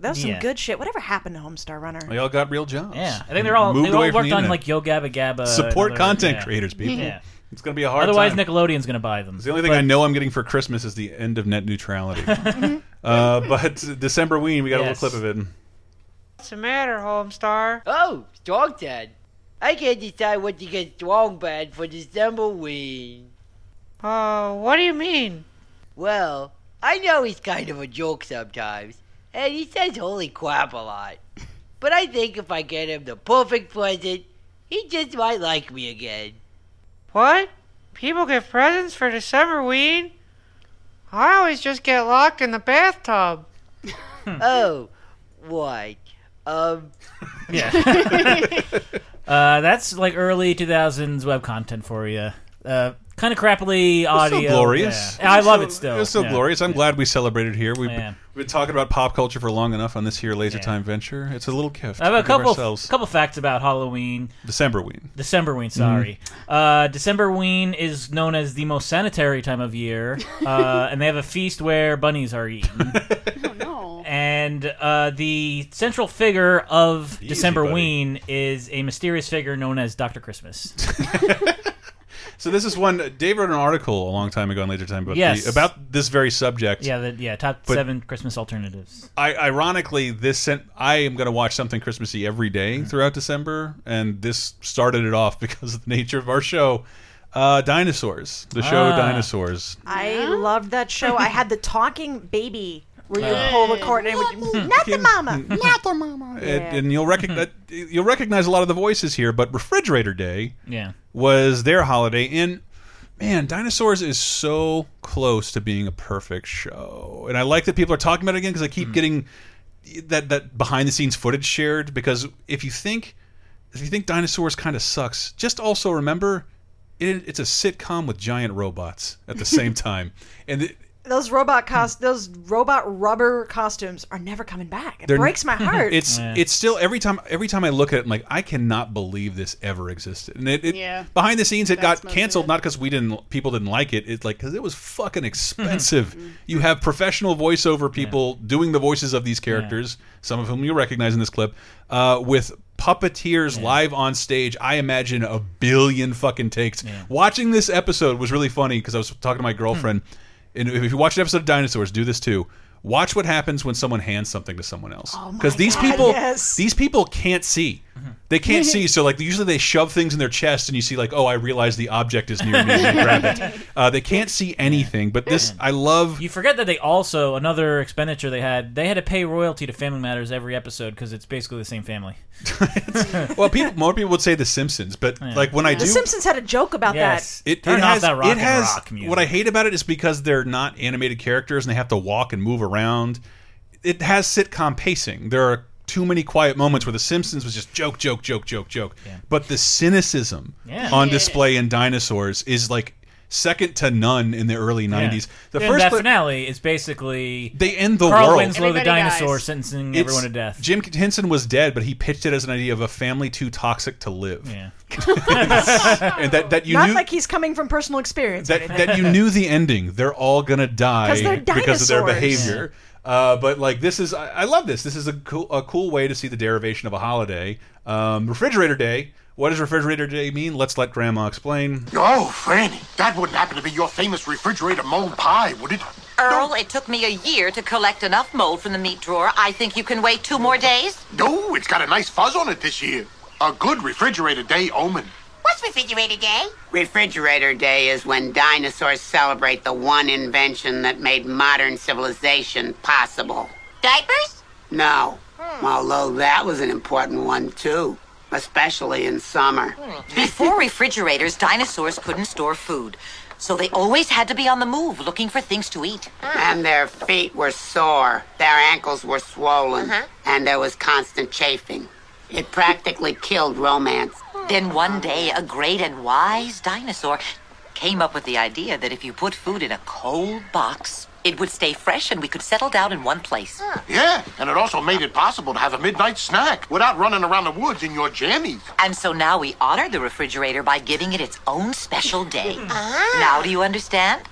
B: That was some
D: Yeah.
B: good shit. Whatever happened to Homestar Runner?
A: They all got real jobs.
D: yeah, I think they're all
A: Moved
D: they all
A: away from
D: worked
A: the
D: on
A: internet.
D: like Yo Gabba Gabba. and
A: Support
D: other-
A: content
D: yeah.
A: creators, people.
D: Yeah.
A: It's going to be a hard
D: Otherwise,
A: time.
D: Nickelodeon's gonna buy them.
A: It's the only thing I know I'm getting for Christmas is the end of net neutrality. uh, but December Ween, we got
D: Yes.
A: a little clip of it.
N: What's the matter, Homestar?
O: Oh, dog dad. I can't decide what to get dog bad for December ween.
N: Uh, what do you mean?
O: Well, I know he's kind of a joke sometimes, and he says holy crap a lot. But I think if I get him the perfect present, he just might like me again.
N: What? People get presents for the summer weed? I always just get locked in the bathtub.
O: oh, what? Um.
D: Yeah. Uh, that's like early 2000s web content for you. Uh, kind of crappily audio.
A: It's so glorious.
D: Yeah. I
A: It's
D: love
A: so-
D: it still.
A: It's so
D: Yeah.
A: glorious. I'm glad we celebrated here. We've,
D: Yeah.
A: we've been talking about pop culture for long enough on this here Laser Time venture. It's a little gift.
D: I have
A: we
D: a
A: give
D: couple
A: ourselves.
D: couple facts about Halloween.
A: Decemberween.
D: Decemberween, sorry.
A: Mm-hmm.
D: Uh, Decemberween is known as the most sanitary time of year, uh, and they have a feast where bunnies are eaten.
A: Oh,
D: And uh, the central figure of
A: Easy,
D: Decemberween is a mysterious figure known as Doctor Christmas.
A: So this is one. Dave wrote an article a long time ago on Laser Time about
D: Yes.
A: the, about this very subject.
D: yeah, the, yeah. Top
A: But-
D: seven Christmas alternatives.
A: I ironically this sent I am going to watch something Christmassy every
D: Mm-hmm.
A: day throughout December and this started it off because of the nature of our show uh, dinosaurs the show
D: Ah.
A: dinosaurs
B: I loved that show. I had the talking baby where you
A: Yeah.
B: pull the cord and it would not the mama, not the mama.
A: Hmm. And- and you'll recognize you'll recognize a lot of the voices here but refrigerator day
D: Yeah.
A: was their holiday and man dinosaurs is so close to being a perfect show and i like that people are talking about it again because i keep getting that that behind the scenes footage shared because if you think if you think dinosaurs kind of sucks just also remember it, it's a sitcom with giant robots at the same time and it,
B: Those robot cost those robot rubber costumes are never coming back. It
A: they're-
B: breaks my heart.
A: It's it's still every time every time I look at it, I'm like I cannot believe this ever existed. And it, it
B: Yeah.
A: behind the scenes, it
B: That's
A: got canceled not because we didn't people didn't like it. It's like because it was fucking expensive. you have professional voiceover people doing the voices of these characters, some of whom you recognize in this clip, uh, with puppeteers live on stage. I imagine a billion fucking takes. Watching this episode was really funny because I was talking to my girlfriend. And if you watch an episode of Dinosaurs, do this too. Watch what happens when someone hands something to someone else. Because these
B: God,
A: people,
B: yes.
A: these people can't see. They can't see. So like usually they shove things in their chest, and you see like, oh, I realize the object is near me. and I grab it. Uh, they can't see anything. But this, I love.
D: You forget that they also another expenditure they had. They had to pay royalty to Family Matters every episode because it's basically the same family.
A: Well, people, more people would say The Simpsons, but like when I
B: the
A: do,
B: Simpsons had a joke about
D: Yes.
B: that.
A: It,
D: Turn
A: it
D: off
A: has,
D: that rock
A: it
D: and
A: has-
D: rock music.
A: What I hate about it is because they're not animated characters and they have to walk and move around. It has sitcom pacing. There are too many quiet moments where The Simpsons was just joke, joke, joke, joke, joke. But the cynicism
D: Yeah.
A: on
D: Yeah.
A: display in Dinosaurs is like second to none in the early '90s. The
D: And
A: first
D: that
A: clip-
D: finale is basically
A: they end the
D: Carl
A: world.
D: Winslow, the dinosaur, sentencing
A: It's-
D: everyone to death.
A: Jim Henson was dead, but he pitched it as an idea of a family too toxic to live.
D: Yeah.
A: and that, that you
B: Not
A: knew
B: like he's coming from personal experience. or
A: that
B: anything.
A: that you knew the ending. They're all gonna die
B: 'Cause they're
A: because of their
B: dinosaurs.
A: behavior. Uh, but like this is, I, I love this. This is a cool, a cool way to see the derivation of a holiday. Um, refrigerator Day. What does Refrigerator Day mean? Let's let Grandma explain.
M: Oh, Franny, that wouldn't happen to be your famous refrigerator mold pie, would it?
P: Earl, it took me a year to collect enough mold from the meat drawer. I think you can wait two more days.
M: No, it's got a nice fuzz on it this year. A good refrigerator day omen.
Q: What's Refrigerator Day? Refrigerator Day is when dinosaurs celebrate the one invention that made modern civilization possible.
P: Diapers?
Q: No,
R: Hmm.
Q: although that was an important one too, especially in summer.
P: Before refrigerators, dinosaurs couldn't store food. So they always had to be on the move looking for things to eat.
Q: And their feet were sore, their ankles were swollen,
P: Uh-huh.
Q: and there was constant chafing. It practically killed romance.
P: Then one day, a great and wise dinosaur came up with the idea that if you put food in a cold box, it would stay fresh and we could settle down in one place.
M: Yeah, and it also made it possible to have a midnight snack without running around the woods in your jammies.
P: And so now we honor the refrigerator by giving it its own special day. Now do you understand?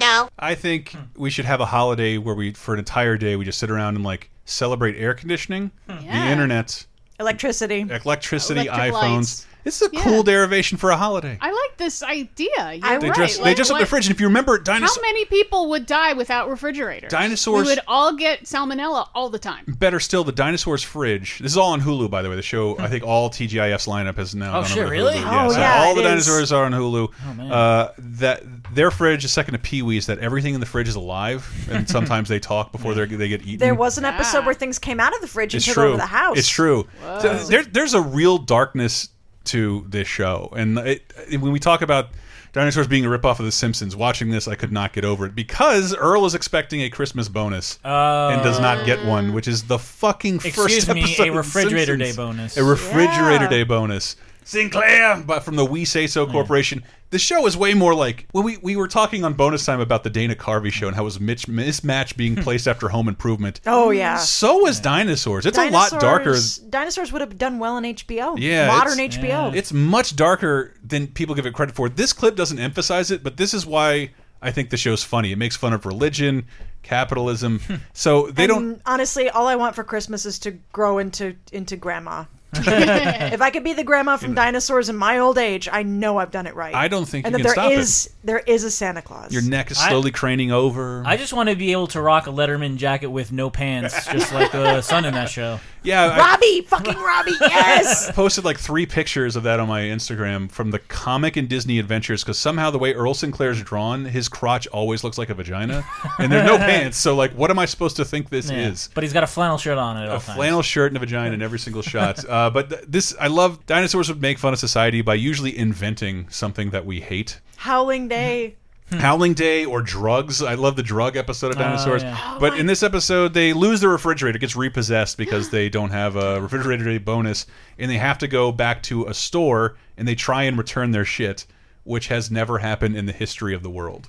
P: No.
A: I think
B: Hmm.
A: we should have a holiday where we, for an entire day, we just sit around and like celebrate air conditioning, the internet,
B: Electricity.
A: electricity,
B: Electric
A: iPhones.
B: lights.
A: This is a cool derivation for a holiday.
E: I like with this idea. You're
A: They
E: right.
A: dress. they
E: Like,
A: dress up the
E: what-
A: fridge, and if you remember, dinosaurs.
E: How many people would die without refrigerators?
A: Dinosaurs-
E: We would all get salmonella all the time.
A: Better still, the dinosaurs fridge. This is all on Hulu, by the way. The show, I think, all TGIF's lineup is now.
D: Hmm. Oh,
A: gone over
D: shit,
A: to
D: really?
A: Hulu. Yeah,
D: Oh,
A: so
D: yeah,
A: all
D: it
A: the
D: is.
A: dinosaurs are on Hulu.
D: Oh, man.
A: Uh, that their fridge is second to Pee Wee's. That everything in the fridge is alive, and sometimes they talk before they they get eaten.
B: There was an episode where things came out of the fridge and
A: it's
B: took
A: true.
B: over the house.
A: It's true.
B: Whoa.
A: So there, there's a real darkness to this show, and it, it- when we talk about dinosaurs being a ripoff of The Simpsons, watching this, I could not get over it because Earl is expecting a Christmas bonus and does not get one, which is the fucking
D: Excuse
A: first
D: me,
A: episode
D: a
A: of The
D: refrigerator
A: Simpsons.
D: day bonus.
A: A refrigerator
D: Yeah.
A: day bonus. Sinclair, but from the We Say So Corporation. The show is way more like when we, we were talking on bonus time about the Dana Carvey show and how it was Mitch mismatch being placed after Home Improvement.
B: Hmm.
A: Mm,
B: Oh, yeah.
A: So is dinosaurs. It's a lot darker.
B: Dinosaurs- Dinosaurs would have done well in HBO.
A: Yeah,
B: modern
A: it's-
B: HBO.
A: It's much darker than people give it credit for. This clip doesn't emphasize it, but this is why I think the show's funny. It makes fun of religion, capitalism.
D: Hmm.
A: so they
B: And
A: don't
B: Honestly, all I want for Christmas is to grow into into grandma. if I could be the grandma from dinosaurs in my old age, I know I've done it right.
A: I don't think
B: and
A: you
B: that
A: can
B: there
A: stop it.
B: is- there is a Santa Claus.
A: your neck is
D: I-
A: slowly craning over.
D: I just want to be able to rock a Letterman jacket with no pants, just like the son in that show.
A: yeah, I-
B: Robbie, fucking Robbie, yes.
A: I posted like three pictures of that on my Instagram from the comic and Disney adventures because somehow the way Earl Sinclair's drawn, his crotch always looks like a vagina, and there are no pants. So like, what am I supposed to think this
D: Yeah.
A: is?
D: But he's got a flannel shirt on at all
A: A
D: times.
A: flannel shirt and a vagina in every single shot. Uh, but th this, I love. Dinosaurs would make fun of society by usually inventing something that we hate.
B: Howling Day.
A: Howling Day or drugs. I love the drug episode of
B: Hmm. Oh,
A: Dinosaurs.
B: yeah. Oh,
A: but in this episode, they lose their refrigerator. It gets repossessed because they don't have a refrigerator day bonus, and they have to go back to a store and they try and return their shit, which has never happened in the history of the world.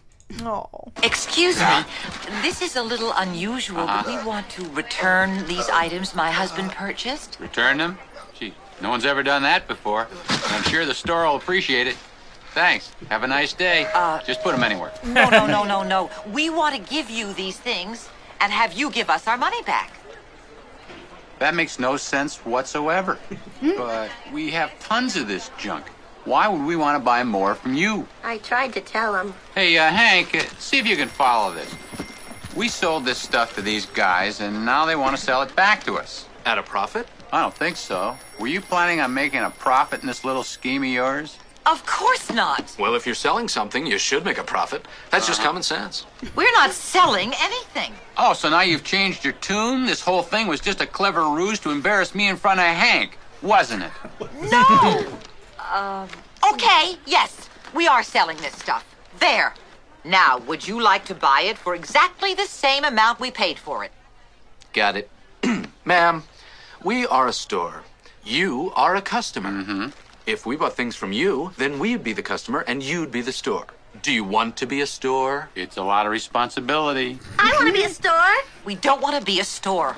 P: Excuse me, this is a little unusual, but
M: Uh-huh.
P: we want to return these items my husband purchased.
S: Return them? Gee, no one's ever done that before. I'm sure the store will appreciate it. Thanks. Have a nice day. Just put them anywhere.
P: No, no, no, no, no. We want to give you these things and have you give us our money back.
S: That makes no sense whatsoever. but we have tons of this junk. Why would we want to buy more from you?
R: I tried to tell him.
S: Hey, uh, Hank, uh, see if you can follow this. We sold this stuff to these guys, and now they want to sell it back to us. At a profit? I don't think so. Were you planning on making a profit in this little scheme of yours?
P: Of course not.
S: Well, if you're selling something, you should make a profit. That's just common sense.
P: We're not selling anything.
S: Uh-huh. Oh, so now you've changed your tune? This whole thing was just a clever ruse to embarrass me in front of Hank, wasn't it?
P: No! um, okay, yes, we are selling this stuff. There. Now, would you like to buy it for exactly the same amount we paid for it?
S: Got it. Ma'am, we are a store. You are a customer. If we bought things from you, then we'd be the customer and you'd be the store. Do you want to be a store? It's a lot of responsibility.
P: I want to be a store. We don't want to be a store.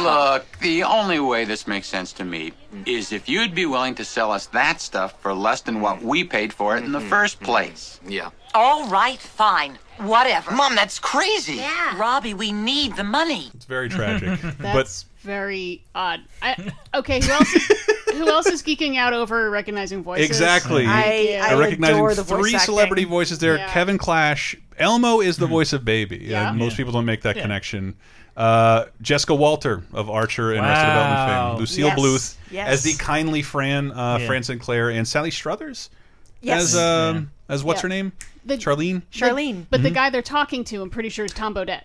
S: Look, the only way this makes sense to me is if you'd be willing to sell us that stuff for less than what we paid for it in the first place. Yeah.
P: All right, fine. Whatever.
S: Mom, that's crazy.
P: Yeah. Robbie, we need the money.
A: It's very tragic.
E: That's very odd. I, okay, who else? Is, who else is geeking out over recognizing
A: but
E: voices?
A: exactly.
E: Yeah.
A: I'm recognizing three celebrity voices there.
E: Yeah.
A: Kevin Clash. Elmo is the voice of Baby.
E: Hmm. Yeah.
A: And most people don't make that
E: Yeah.
A: connection. Uh, Jessica Walter of Archer and Arrested
D: Wow.
A: Development fame. Lucille
D: Yes.
A: Bluth
D: Yes.
A: as the kindly Fran, uh,
D: Yeah.
A: Fran Sinclair, and Sally Struthers
E: Yes.
A: as um, as what's
E: Yeah.
A: her name?
E: The-
A: Charlene.
E: Charlene. But the
A: Mhm.
E: guy they're talking to, I'm pretty sure, is Tom Baudet.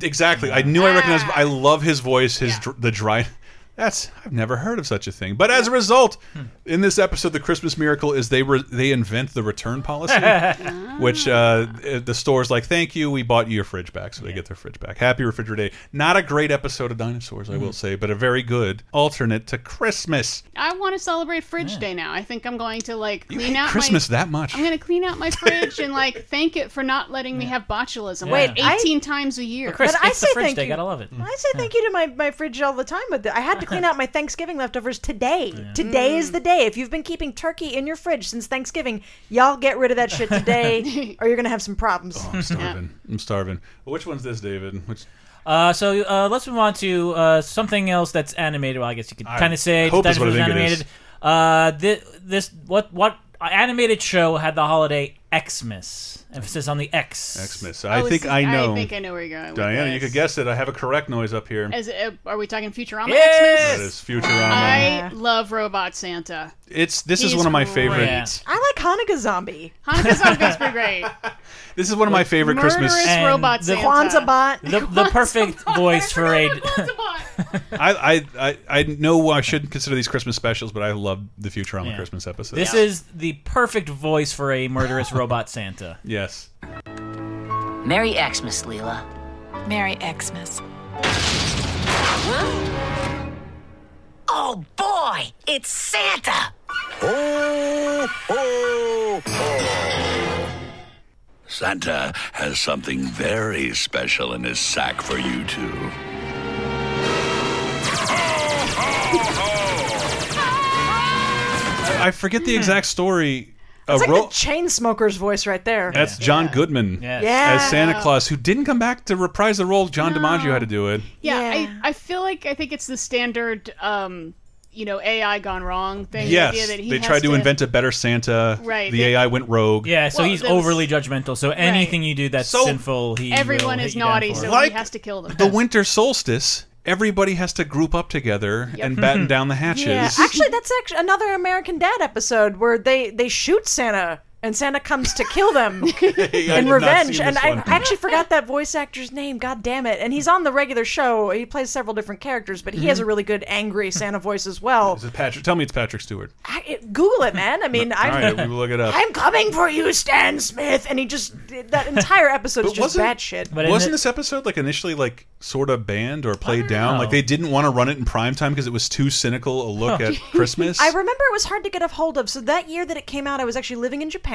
A: Exactly. I knew I recognized. I love his voice. His dr the dry. That's I've never heard of such a thing. But as a result,
E: Hmm.
A: in this episode, the Christmas miracle is they re they invent the return policy,
B: Ah,
E: Ah.
A: which uh, the store's like, "Thank you, we bought you your fridge back," so they get their fridge back. Happy refrigerator day. Not a great episode of Dinosaurs,
E: Mm-hmm.
A: I will
D: Mhm.
A: say, but a very good alternate to Christmas.
E: I want to celebrate Fridge Day now. I think I'm going to like clean out
A: Christmas
E: my,
A: that much?
E: I'm going to clean out my fridge and like thank it for not letting me have botulism.
B: Yeah.
E: Wait,
B: Wait, I-
E: 18 times a year.
B: But I say thank you.
E: Mm.
B: I say thank you to my, my fridge all the time, but I had to clean out my Thanksgiving leftovers today. Today
E: Mm.
B: is the day. If you've been keeping turkey in your fridge since Thanksgiving, y'all get rid of that shit today, or you're gonna have some problems.
A: Oh, I'm starving. I'm starving. Well, which one's this, David? Which
D: Uh, so uh, let's move on to uh, something else that's animated. Well, I guess you could
A: I
D: kind of say
A: hope is
D: that
A: what I
D: was
A: think it
D: animated.
A: is.
D: Uh, thi- this what what animated show had the holiday Xmas, emphasis on the X.
A: Xmas.
D: Uh,
A: I Oh, think is- I I know. think
E: I know where you're going. with
A: Diana, you
E: this.
A: could guess it. I have a correct noise up here.
E: As, uh, are we talking Futurama?
A: That
E: Yes.
A: is Futurama.
E: I love Robot Santa.
A: it's this is
E: He's
A: one of my
E: great.
A: favorite.
B: I like Hanukkah Zombie.
E: Hanukkah Zombie's pretty great.
A: This is one of my favorite Christmas.
D: And the-
B: Kwanzaa bot.
D: The, the perfect voice for a.
A: I, I I I know I shouldn't consider these Christmas specials, but I love the Futurama
D: Yeah.
A: Christmas episode.
D: This is the perfect voice for a murderous robot Santa.
A: yes.
R: Merry Xmas, Leela. Merry Xmas.
T: Oh boy, it's Santa!
I: Oh,
U: Santa has something very special in his sack for you two.
A: I forget the
E: Hmm.
A: exact story.
B: That's
A: A
B: like
A: ro-
B: the chain smoker's voice right there.
A: that's John Goodman
B: Yes. Yeah.
A: as Santa Claus, who didn't come back to reprise the role. John DiMaggio had to do it.
E: Yeah, I, I feel like I think it's the standard, um, you know, AI gone wrong thing. the idea
A: yes,
E: that he
A: they
E: has
A: tried to, invent a better Santa.
E: Right,
A: The
E: they-
A: AI went rogue.
D: Yeah, so he's overly judgmental. So anything you do that's
A: So-
D: sinful, he
E: Everyone
D: will
E: is
D: hit you down
E: naughty,
D: for.
E: so
A: Like
E: he has to kill them.
A: the winter solstice, everybody has to group up together and batten down the hatches.
B: Yeah, actually, that's actually another American Dad episode where they they shoot Santa and Santa comes to kill them
A: I did
B: in
A: not
B: revenge.
A: see
B: And
A: this
B: I
A: one.
B: actually forgot that voice actor's name. God damn it! And he's on the regular show. He plays several different characters, but he has a
A: Mhm.
B: really good angry Santa voice as well.
A: Is it Patrick? Tell me it's Patrick Stewart.
B: I, it- Google it, man. I mean,
A: All right,
B: I'm
A: we will look it up.
B: I'm coming for you, Stan Smith. And he just that entire episode is
A: But
B: just
A: wasn't-
B: bad shit.
A: wasn't this episode like initially like sort of banned or played down? Like they didn't want to run it in prime time because it was too cynical a look
B: Huh.
A: at Christmas.
B: I remember it was hard to get a hold of. So that year that it came out, I was actually living in Japan,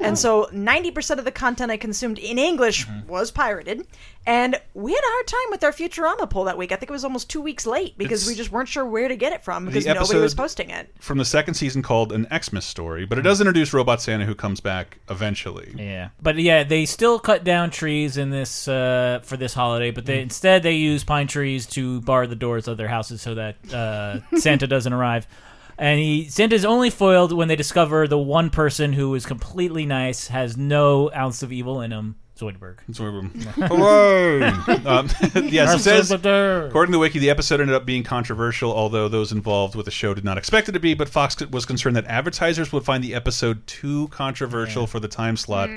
B: and so ninety percent of the content I consumed in English
A: Mm-hmm.
B: was pirated. And we had a hard time with our Futurama poll that week. I think it was almost two weeks late because
A: It's-
B: we just weren't sure where to get it from
A: The
B: because nobody was
A: episode-
B: posting it.
A: From the second season called An Xmas Story, but it does introduce Robot Santa who comes back eventually.
D: Yeah. But yeah, they still cut down trees in this uh, for this holiday, but they, instead they use pine trees to bar the doors of their houses so that uh, Santa doesn't arrive. And he Santa's only foiled when they discover the one person who is completely nice, has no ounce of evil in him. Zoidberg.
A: Hello. um, yes, it says,
D: Narcissism.
A: according to Wiki, the episode ended up being controversial, although those involved with the show did not expect it to be. But Fox was concerned that advertisers would find the episode too controversial for the time slot.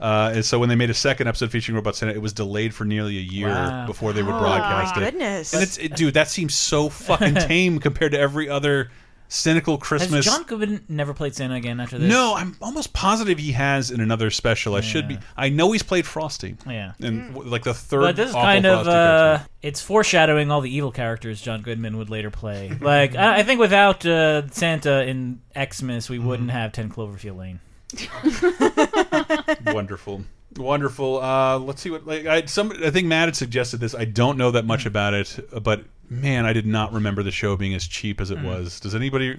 A: Uh, and so when they made a second episode featuring Robot Santa, it was delayed for nearly a year
D: Wow.
A: before they would
D: Oh,
A: broadcast
D: my
A: it.
D: goodness.
A: And it's, it- dude, that seems so fucking tame compared to every other cynical Christmas.
D: Has John Goodman never played Santa again after this?
A: No, I'm almost positive he has in another special. I should be. I know he's played Frosty.
D: Yeah.
A: and w- like the third.
D: But this is
A: awful
D: kind of
A: Frosty
D: uh, it's foreshadowing all the evil characters John Goodman would later play. Like I, I think without uh, Santa in Xmas, we wouldn't have Ten Cloverfield Lane.
A: cartoon. wonderful, wonderful. Uh, let's see what like I some. I think Matt had suggested this. I don't know that
D: Hmm.
A: much about it, uh, but man, I did not remember the show being as cheap as it
D: Mm.
A: was. Does anybody?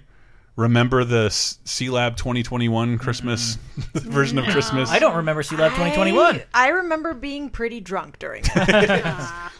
A: Remember the C Lab 2021 Christmas version of Christmas?
D: Hmm. I don't remember Sea Lab 2021.
B: I, I remember being pretty drunk during. it.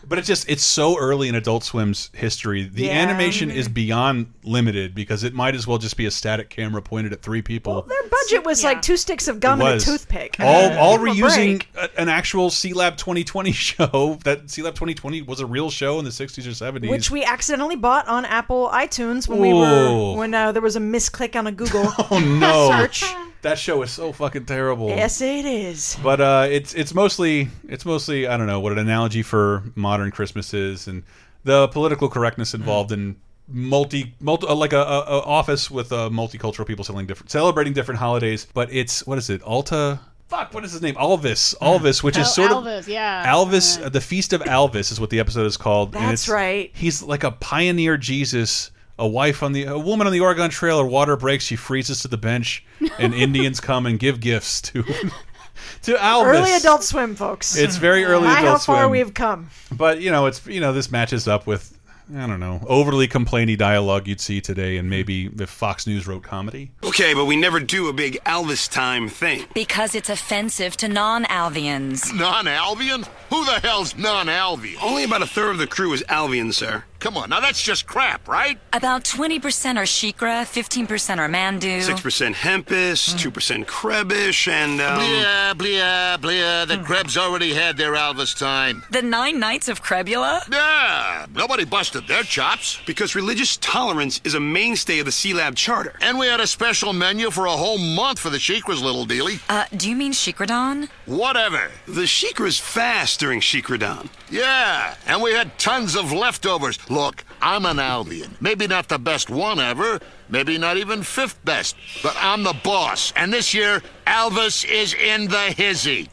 A: But it's just it's so early in Adult Swim's history. The
B: Yeah.
A: animation is beyond limited because it might as well just be a static camera pointed at three people.
B: Their budget was like two sticks of gum
A: It
B: and a
A: was.
B: toothpick.
A: All all
B: Give 'em a
A: reusing
B: break.
A: a- an actual C Lab 2020 show. That C Lab 2020 was a real show in the 60s or 70s.
B: Which we accidentally bought on Apple iTunes when we were
A: Ooh.
B: when uh, there was a misclick on a Google
A: oh no,
B: search.
A: that show is so fucking terrible.
B: Yes, it is.
A: But uh, it's it's mostly it's mostly I don't know what an analogy for modern Christmas is and the political
E: Mm-hmm.
A: correctness involved in multi multi uh, like a, a, a office with uh, multicultural people selling different celebrating different holidays. But it's what is it Alta? Fuck, what is his name? Alvis, Alvis, which is
E: Oh,
A: sort
E: Alvis,
A: of
E: yeah.
A: Alvis, uh, the Feast of Alvis is what the episode is called. and
B: That's
A: it's-
B: right.
A: He's like a pioneer Jesus. A wife on the a woman on the Oregon Trail. Her water breaks. She freezes to the bench, and Indians come and give gifts to to Alvis.
B: Early Adult Swim, folks.
A: It's very early
B: My, How
A: Adult
B: far
A: Swim.
B: we've come.
A: But you know, it's you know, this matches up with I don't know overly complainy dialogue you'd see today, and maybe if Fox News wrote comedy.
V: Okay, but we never do a big Elvis time thing.
T: Because it's offensive to non Alvians.
V: Non Albion? Who the hell's non Albion? Only about a third of the crew is Albion, sir.
U: Come on, now that's just crap, right?
T: About 20% are Shikra, 15% are Mandu.
U: 6% hempis, 2% krebish, and. Um, Blah, blah, blah. The Krebs already had their Alvis time.
T: Hmm. The Nine Knights of Crebula?
U: Yeah, nobody busted their chops.
V: Because religious tolerance is a mainstay of the C Lab Charter.
U: And we had a special menu for a whole month for the Sheikras, little dealie.
T: Uh, do you mean Shikradon?
U: Whatever.
V: The Shikras fast during Shikradon.
U: Yeah, and we had tons of leftovers. Look, I'm an Albion. Maybe not the best one ever, maybe not even fifth best, but I'm the boss. And this year, Alvis is in the hizzy.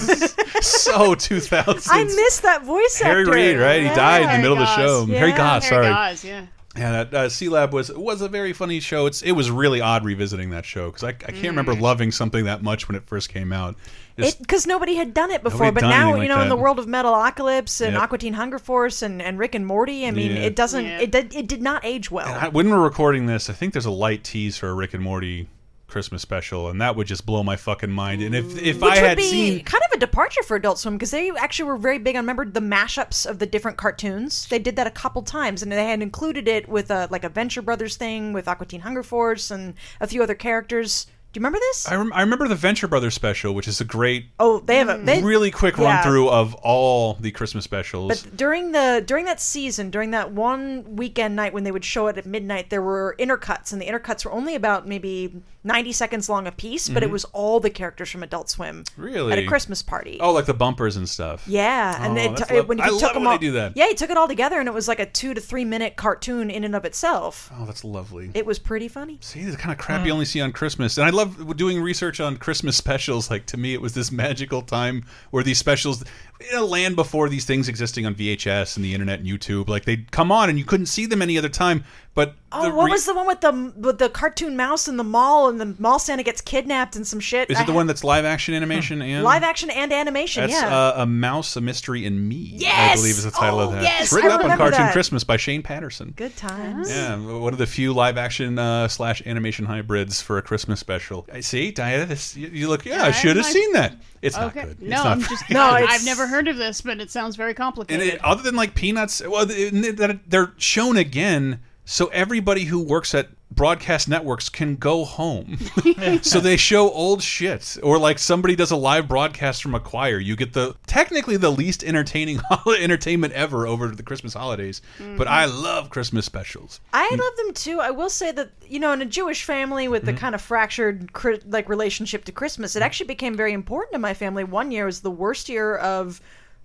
A: so 2000s.
B: I missed that voice
A: Harry
B: actor.
A: Reid, right? He died in the middle of the show.
B: Yeah.
A: Harry Goss, sorry.
B: yeah.
A: Yeah, that uh, C Lab was was a very funny show. It's it was really odd revisiting that show because I, I can't
B: Mm.
A: remember loving something that much when it first came out. It's-
B: Because nobody had done it before,
A: Nobody
B: but
A: done
B: now
A: anything
B: you
A: like
B: know in the
A: that.
B: world of Metalocalypse and
A: Yep.
B: Aqua Teen Hunger Force and, and Rick and Morty, I mean,
A: Yeah.
B: it doesn't it did it did not age well.
A: I- when we're recording this, I think there's a light tease for a Rick and Morty Christmas special, and that would just blow my fucking mind. And if if
B: Which
A: I
B: would
A: had
B: be
A: seen
B: kind of a departure for Adult Swim because they actually were very big on remember the mashups of the different cartoons. They did that a couple times, and they had included it with a like a Venture Brothers thing with Aqua Teen Hunger Force and a few other characters. Do you remember this?
A: I, rem I remember the Venture Brothers special, which is a great,
B: oh, they have a they,
A: really quick
B: yeah.
A: run through of all the Christmas specials.
B: But during the during that season, during that one weekend night when they would show it at midnight, there were intercuts, and the intercuts were only about maybe ninety seconds long a piece, but it
A: Mhm.
B: was all the characters from Adult Swim
A: really,
B: at a Christmas party.
A: Oh, like the bumpers and stuff.
B: Yeah, and
A: Oh,
B: it,
A: that's
B: t-
A: lov-
B: when he
A: I
B: took
A: love
B: them
A: when they do
B: all,
A: that.
B: yeah, he took it all together, and it was like a two to three minute cartoon in and of itself.
A: Oh, that's lovely.
B: It was pretty funny.
A: See, the kind of crap you
B: Mm.
A: only see on Christmas. And I love doing research on Christmas specials. Like, to me, it was this magical time where these specials, in a land before these things existing on VHS and the internet and YouTube, like, they'd come on and you couldn't see them any other time. But
B: Oh, what
A: re-
B: was the one with the with the cartoon mouse in the mall, and the mall Santa gets kidnapped and some shit?
A: Is
B: I
A: it the
B: had-
A: one that's live action animation and
B: live action and animation?
A: That's
B: yeah,
A: uh, a mouse, a mystery, and me. I
B: Yes!
A: believe is the title
B: Oh,
A: of that.
B: yes,
A: it's written
B: I
A: up on
B: remember
A: Cartoon
B: that.
A: Christmas by Shane Patterson.
B: good times.
A: Yeah, one of the few live action uh, slash animation hybrids for a Christmas special. I see, Diana. This you, you look. Yeah, I should have
E: I-
A: seen that. It's
E: Okay.
A: not good.
E: No,
A: it's not
E: I'm
A: very
E: just
A: good.
E: no. I've never heard of this, but it sounds very
A: And
E: complicated.
A: it, other than like Peanuts, well, th- th- that- they're shown again, so everybody who works at broadcast networks can go home. so they show old shit, or like somebody does a live broadcast from a choir. You get the technically the least entertaining hol- entertainment ever over the Christmas holidays, but
B: Mhm.
A: I love Christmas specials.
B: I love them too. I will say that you know, in a Jewish family with the
A: Mhm.
B: kind of fractured cri- like relationship to Christmas, it actually became very important to my family. One year was the worst year of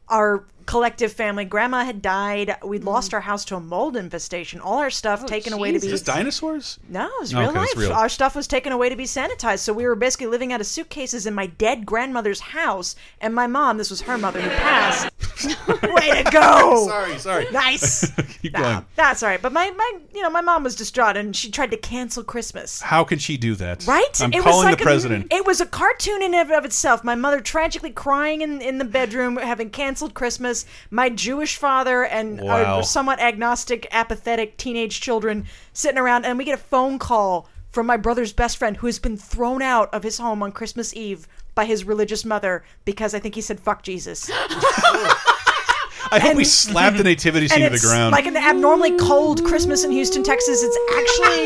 B: our collective family. Grandma had died. We'd lost our house to a mold infestation. All our
A: Oh,
B: stuff taken away to be
A: Is this dinosaurs?
B: no, it was
A: Okay,
B: real
A: it's
B: life.
A: real.
B: Our stuff was taken away to be sanitized, so we were basically living out of suitcases in my dead grandmother's house. And my mom, this was her mother who passed. Way to go!
A: Sorry, sorry.
B: Nice.
A: Keep going.
B: That's all right. But my, my you know my mom was distraught and she tried to cancel Christmas.
A: How can she do that?
B: Right?
A: I'm
B: it was
A: calling
B: like
A: the
B: a-
A: president.
B: it was a cartoon in and of itself. My mother tragically crying in, in the bedroom, having canceled Christmas. My Jewish father and
A: Wow.
B: our somewhat agnostic, apathetic teenage children sitting around, and we get a phone call from my brother's best friend who has been thrown out of his home on Christmas Eve by his religious mother because I think he said "fuck Jesus."
A: I hope we slapped the nativity scene
B: and
A: to the
B: it's
A: ground.
B: Like an abnormally cold Christmas in Houston, Texas. It's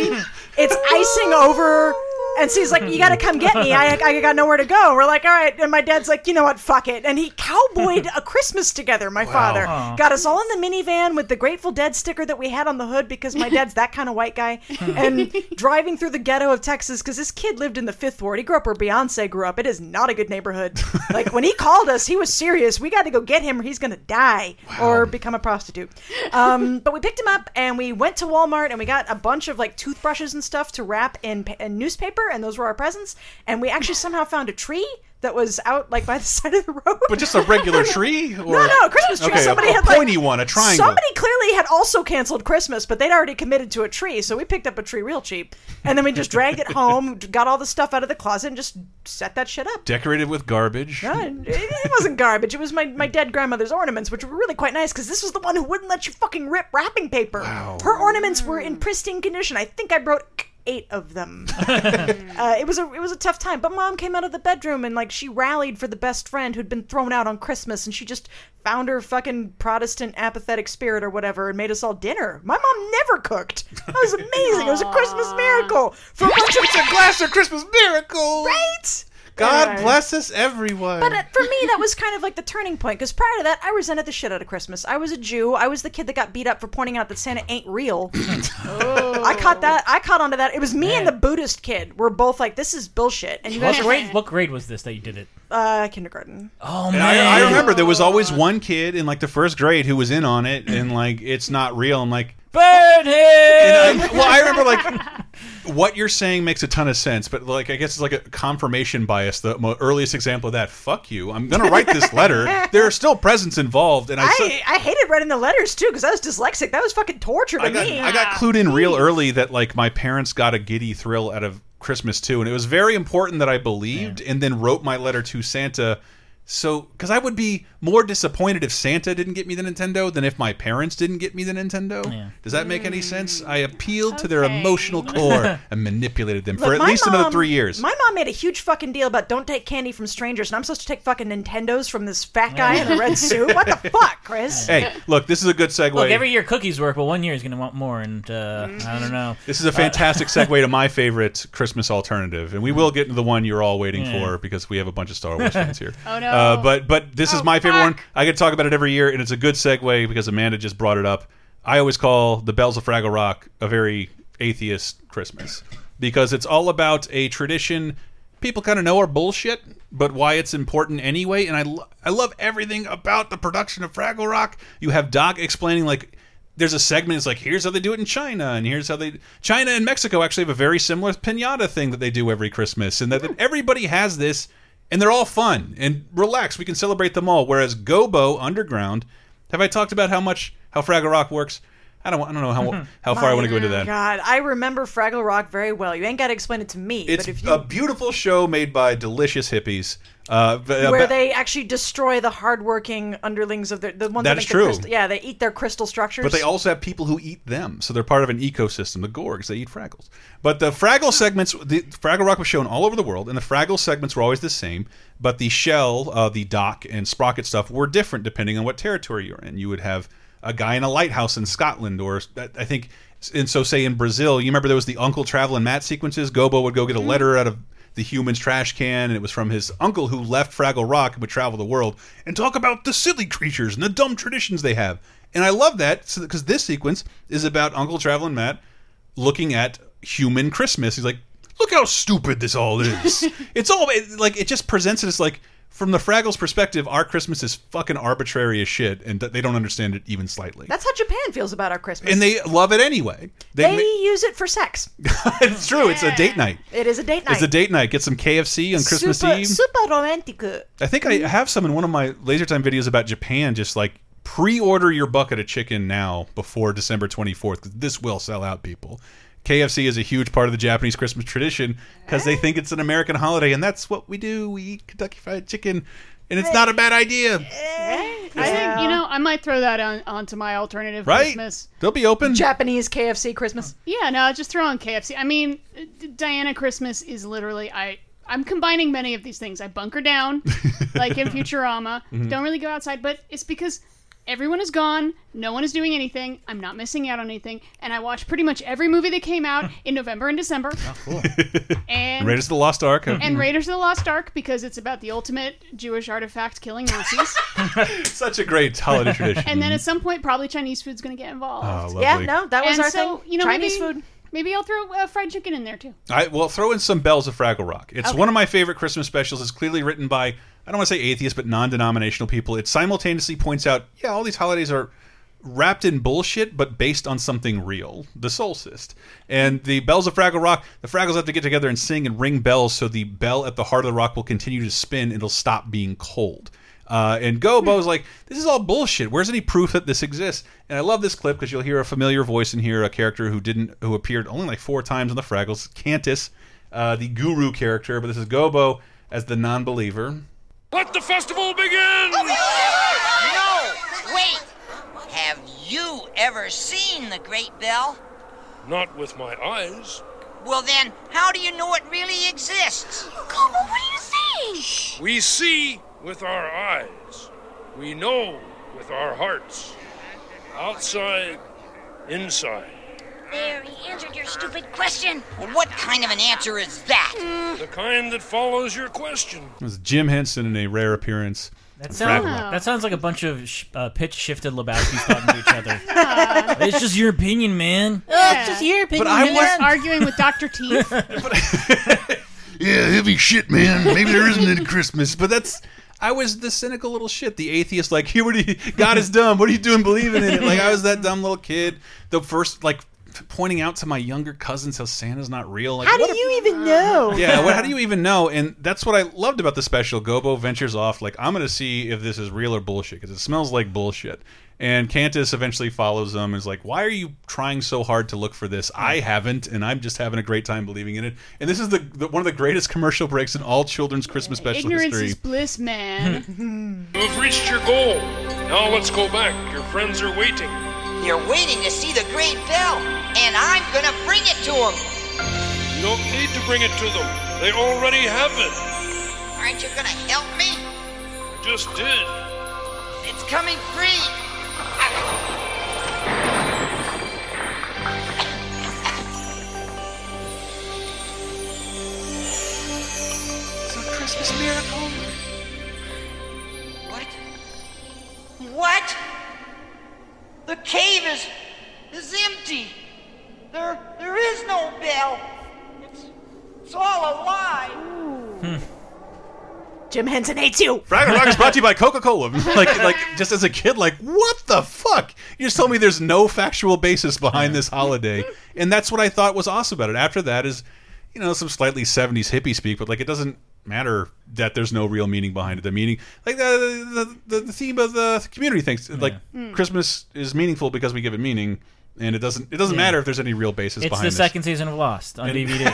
B: actually it's icing over. And so he's like, "You got to come get me. I, I got nowhere to go." We're like, "All right." And my dad's like, "You know what? Fuck it." And he cowboyed a Christmas together. My father
C: Aw.
B: got us all in the minivan with the Grateful Dead sticker that we had on the hood because my dad's that kind of white guy. and driving through the ghetto of Texas because this kid lived in the Fifth Ward. He grew up where Beyonce grew up. It is not a good neighborhood. like when he called us, he was serious. We got to go get him, or he's gonna die or become a prostitute. Um, but we picked him up and we went to Walmart and we got a bunch of like toothbrushes and stuff to wrap in, pa- in newspaper, and those were our presents. And we actually somehow found a tree that was out like by the side of the road.
A: but just a regular tree? Or...
B: no, a Christmas tree.
A: Okay, a-
B: Somebody
A: a,
B: had, like-
A: pointy one, a triangle.
B: Somebody clearly had also canceled Christmas, but they'd already committed to a tree, so we picked up a tree real cheap, and then we just dragged it home, got all the stuff out of the closet, and just set that shit up.
A: Decorated with garbage.
B: No, it, it wasn't garbage. It was my, my dead grandmother's ornaments, which were really quite nice because this was the one who wouldn't let you fucking rip wrapping paper. Her ornaments were in pristine condition. I think I wrote eight of them. uh, it was a it was a tough time. But mom came out of the bedroom and like she rallied for the best friend who'd been thrown out on Christmas, and she just found her fucking Protestant apathetic spirit or whatever, and made us all dinner. My mom never cooked. That was amazing. it was a Christmas miracle for a bunch of
A: it's a Glasser Christmas miracle,
B: right?
A: God
B: Anyway.
A: bless us, everyone.
B: But uh, for me, that was kind of like the turning point because prior to that, I resented the shit out of Christmas. I was a Jew. I was the kid that got beat up for pointing out that Santa ain't real. I caught that. I caught onto that. It was me and the Buddhist kid. We're both like, this is bullshit. And you
D: What
B: guys
D: grade, what grade was this that you did it?
B: Uh, kindergarten.
D: Oh
A: And I, I remember there was always one kid in like the first grade who was in on it, and like it's not real. I'm like,
D: Burn him!
A: well, I remember like what you're saying makes a ton of sense, but like I guess it's like a confirmation bias. The mo- earliest example of that. Fuck you. I'm gonna write this letter. There are still presents involved, and I so-
B: I, I hated writing the letters too because I was dyslexic. That was fucking torture to
A: I got,
B: me.
A: I got clued in real early that like my parents got a giddy thrill out of Christmas too, and it was very important that I believed, and then wrote my letter to Santa. So, because I would be more disappointed if Santa didn't get me the Nintendo than if my parents didn't get me the Nintendo. Does that make any sense?
B: Mm.
A: I appealed to their emotional core and manipulated them for
B: Look,
A: at
B: my
A: least another
B: mom-
A: three years.
B: My mom made a huge fucking deal about don't take candy from strangers, and I'm supposed to take fucking Nintendos from this fat guy in a red suit. What the fuck, Chris?
A: hey, look, this is a good segue.
D: Look, every year cookies work, but one year is going to want more, and uh, I
B: Mm.
D: don't know. Uh,
A: This is a fantastic segue to my favorite Christmas alternative, and we will get into the one you're all waiting
D: Yeah.
A: for because we have a bunch of Star Wars fans here.
D: Oh, no. Oh,
A: Uh, but but this is my favorite one. I could talk about it every year, and it's a good segue because Amanda just brought it up. I always call the Bells of Fraggle Rock a very atheist Christmas because it's all about a tradition people kind of know are bullshit, but why it's important anyway. And I lo- I love everything about the production of Fraggle Rock. You have Doc explaining like there's a segment it's like here's how they do it in china and here's how they china and mexico actually have a very similar piñata thing that they do every christmas and that,
B: Hmm.
A: that everybody has this and they're all fun and relaxed we can celebrate them all whereas gobo underground have i talked about how much how fraggle rock works i don't, wa- I don't know how, how far i want to go into that
B: Mm-hmm. God, I remember Fraggle Rock very well. You ain't got to explain it to me,
A: it's
B: but if
A: a beautiful show made by delicious hippies uh, but-
B: where
A: but-
B: they actually destroy the hardworking underlings of their the ones
A: That
B: that,
A: is
B: make the
A: true.
B: crystal- yeah, they eat their crystal structures.
A: But they also have people who eat them, so they're part of an ecosystem. The Gorgs, they eat Fraggles. But the Fraggle segments, the Fraggle Rock was shown all over the world, and the Fraggle segments were always the same. But the shell, uh, the dock, and sprocket stuff were different depending on what territory you're in. You would have a guy in a lighthouse in Scotland, or I think, and so say in Brazil, you remember there was the Uncle Travel and Matt sequences. Gobo would go get a letter out of the human's trash can, and it was from his uncle who left Fraggle Rock and would travel the world and talk about the silly creatures and the dumb traditions they have. And I love that because this sequence is about Uncle Travel and Matt looking at human Christmas. He's like, look how stupid this all is. it's all it, like it just presents it as like from the Fraggles' perspective, our Christmas is fucking arbitrary as shit, and th- they don't understand it even slightly.
B: That's how Japan feels about our Christmas.
A: And they love it anyway. They,
B: They use it for sex.
A: it's true. It's a date night.
B: It is a date night.
A: It's a date night. Get some KFC on Christmas
B: super,
A: Eve.
B: Super romantic.
A: I think
E: Mm-hmm.
A: I have some in one of my laser time videos about Japan. Just like pre-order your bucket of chicken now before December 24th because this will sell out, people. KFC is a huge part of the Japanese Christmas tradition because they think it's an American holiday, and that's what we do. We eat Kentucky Fried Chicken, and it's not a bad idea,
E: I think you know I might throw that on onto my alternative
A: right?
E: Christmas.
A: They'll be open.
B: Japanese KFC Christmas.
E: Yeah, no, just throw on KFC. I mean, D- Diana Christmas is literally I. I'm combining many of these things. I bunker down, like in Futurama.
A: Mm-hmm.
C: Mhm.
E: Don't really go outside, but it's because everyone is gone. No one is doing anything. I'm not missing out on anything, and I watch pretty much every movie that came out in November and December. and
A: Oh. Raiders of the Lost Ark. Mm-hmm.
E: and Raiders of the Lost Ark because it's about the ultimate Jewish artifact killing Nazis.
A: Such a great holiday tradition.
E: and then at some point, probably Chinese food's going to get involved.
A: Oh, Yeah, lovely.
B: no, that was
E: And
B: our
E: so,
B: thing.
E: You know,
B: Chinese
E: maybe, food. Maybe I'll throw uh, fried chicken in there too.
A: I well throw in some bells of Fraggle Rock. It's
E: Okay.
A: one of my favorite Christmas specials. It's clearly written by I don't want to say atheists, but non-denominational people. It simultaneously points out, yeah, all these holidays are wrapped in bullshit, but based on something real, the solstice. And the bells of Fraggle Rock, the Fraggles have to get together and sing and ring bells, so the bell at the heart of the rock will continue to spin. and It'll stop being cold. Uh, and Gobo's like, this is all bullshit. Where's any proof that this exists? And I love this clip because you'll hear a familiar voice in here, a character who didn't, who appeared only like four times on the Fraggles, Cantus, uh, the guru character. But this is Gobo as the non-believer.
I: Let the festival begin!
R: Oh,
P: No! Wait! Have you ever seen the Great Bell?
I: Not with my eyes.
R: Well, then, how do you know it really exists? Como, what are you saying?
C: We see with our eyes. We know with our hearts. Outside, inside.
R: There, he answered your stupid question. Well, what kind of an answer is that?
C: The kind that follows your question.
A: It was Jim Henson in a rare appearance.
D: That sounds,
A: Rap-
D: that sounds like a bunch of sh- uh, pitch shifted Lebowski's talking to each other. it's just your opinion, man.
E: it's just your
D: But I
E: You're
D: wasn't-
E: arguing with Dr. Teeth.
A: Yeah, heavy shit, man. Maybe there isn't any Christmas, but that's. I was the cynical little shit, the atheist. Like, here, what are you, God is dumb. What are you doing believing in it? Like, I was that dumb little kid. The first, like, pointing out to my younger cousins how Santa's not real. Like,
B: How
A: what
B: do you even know?
A: yeah, well, how do you even know? And that's what I loved about the special. Gobo ventures off, like, I'm going to see if this is real or bullshit, because it smells like bullshit. And Cantus eventually follows them and is like, Why are you trying so hard to look for this? I
E: Hmm.
A: haven't, and I'm just having a great time believing in it. And this is the, the one of the greatest commercial breaks in all children's Christmas special
E: Ignorance
A: history.
E: is bliss, man.
C: You've reached your goal. Now let's go back. Your friends are waiting.
R: You're waiting to see the great bell, and I'm gonna bring it to him.
C: You don't need to bring it to them. They already have it.
R: Aren't you gonna help me?
C: I just did.
R: It's coming free.
W: It's a Christmas miracle.
R: What? The cave is is empty. There there is no bell. It's it's all a lie.
B: Hmm. Jim Henson hates you.
A: Fraggle Rock is brought to you by Coca Cola. Like, like, just as a kid, like, what the fuck? You just told me there's no factual basis behind this holiday, and that's what I thought was awesome about it. After that is, you know, some slightly '70s hippie speak, but like, it doesn't matter that there's no real meaning behind it. The meaning, like, the the, the theme of the community thinks like
D: Mm.
A: Christmas is meaningful because we give it meaning, and it doesn't it doesn't
D: Yeah.
A: matter if there's any real basis
D: It's
A: behind
D: the
A: this.
D: second season of Lost on DVD.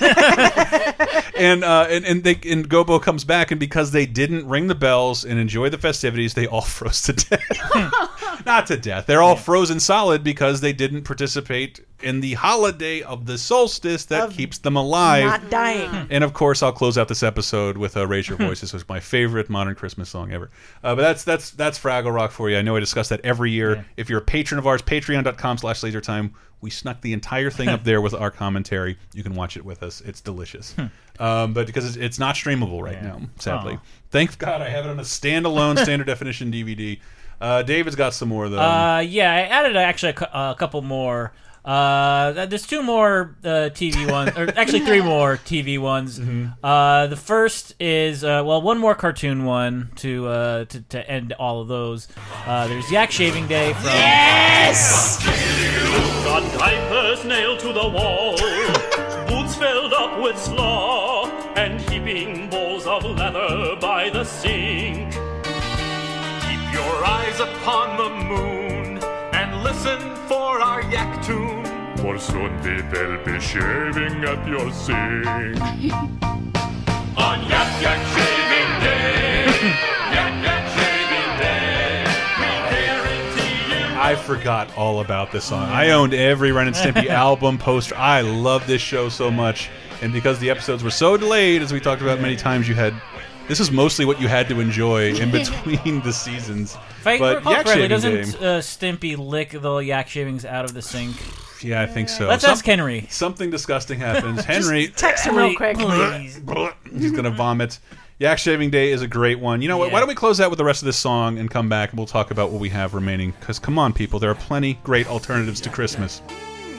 A: and uh, and and they and Gobo comes back, and because they didn't ring the bells and enjoy the festivities, they all froze to
B: Hmm.
A: death. Not to death. They're all frozen solid because they didn't participate in the holiday of the solstice that keeps them alive.
B: Not dying.
A: and of course, I'll close out this episode with uh, "Raise Your Voices," which is my favorite modern Christmas song ever. Uh, but that's that's that's Fraggle Rock for you. I know I discuss that every year. If you're a patron of ours, Patreon.com/slash Laser Time, we snuck the entire thing up there with our commentary. You can watch it with us. It's delicious. um, but because it's, it's not streamable right now, sadly.
D: Aw.
A: Thank God I have it on a standalone standard definition DVD. Uh, David's got some more though.
D: Uh, yeah, I added actually a, cou- a couple more. Uh, th- there's two more uh, TV ones, or actually three more TV ones.
A: Mm-hmm.
D: Uh, the first is uh, well, one more cartoon one to uh, to, to end all of those. Uh, there's Yak Shaving Day from.
I: Got diapers nailed to the wall, boots filled up with slaw, and heaping bowls of leather by the sink. Keep your eyes upon the moon and listen for our yak tune.
X: For soon they'll be shaving at your sink.
I: On yak yak shaving day, yak yak shaving day, we guarantee you.
A: I forgot all about this song. I owned every Ren and Stimpy album poster. I love this show so much, and because the episodes were so delayed, as we talked about many times, you had this is mostly what you had to enjoy in between the seasons.
D: If I
A: but
D: recall
A: Yak Shaving
D: correctly, doesn't
A: Day-
D: uh, Stimpy lick the yak shavings out of the sink?
A: yeah, I think so.
D: Let's
A: Some-
D: ask Henry.
A: Something disgusting happens. Henry,
B: text him real quick.
D: please.
A: He's gonna vomit. Yak Shaving Day is a great one. You know what? Why don't we close out with the rest of this song and come back and we'll talk about what we have remaining? Because come on, people, there are plenty great alternatives to Christmas.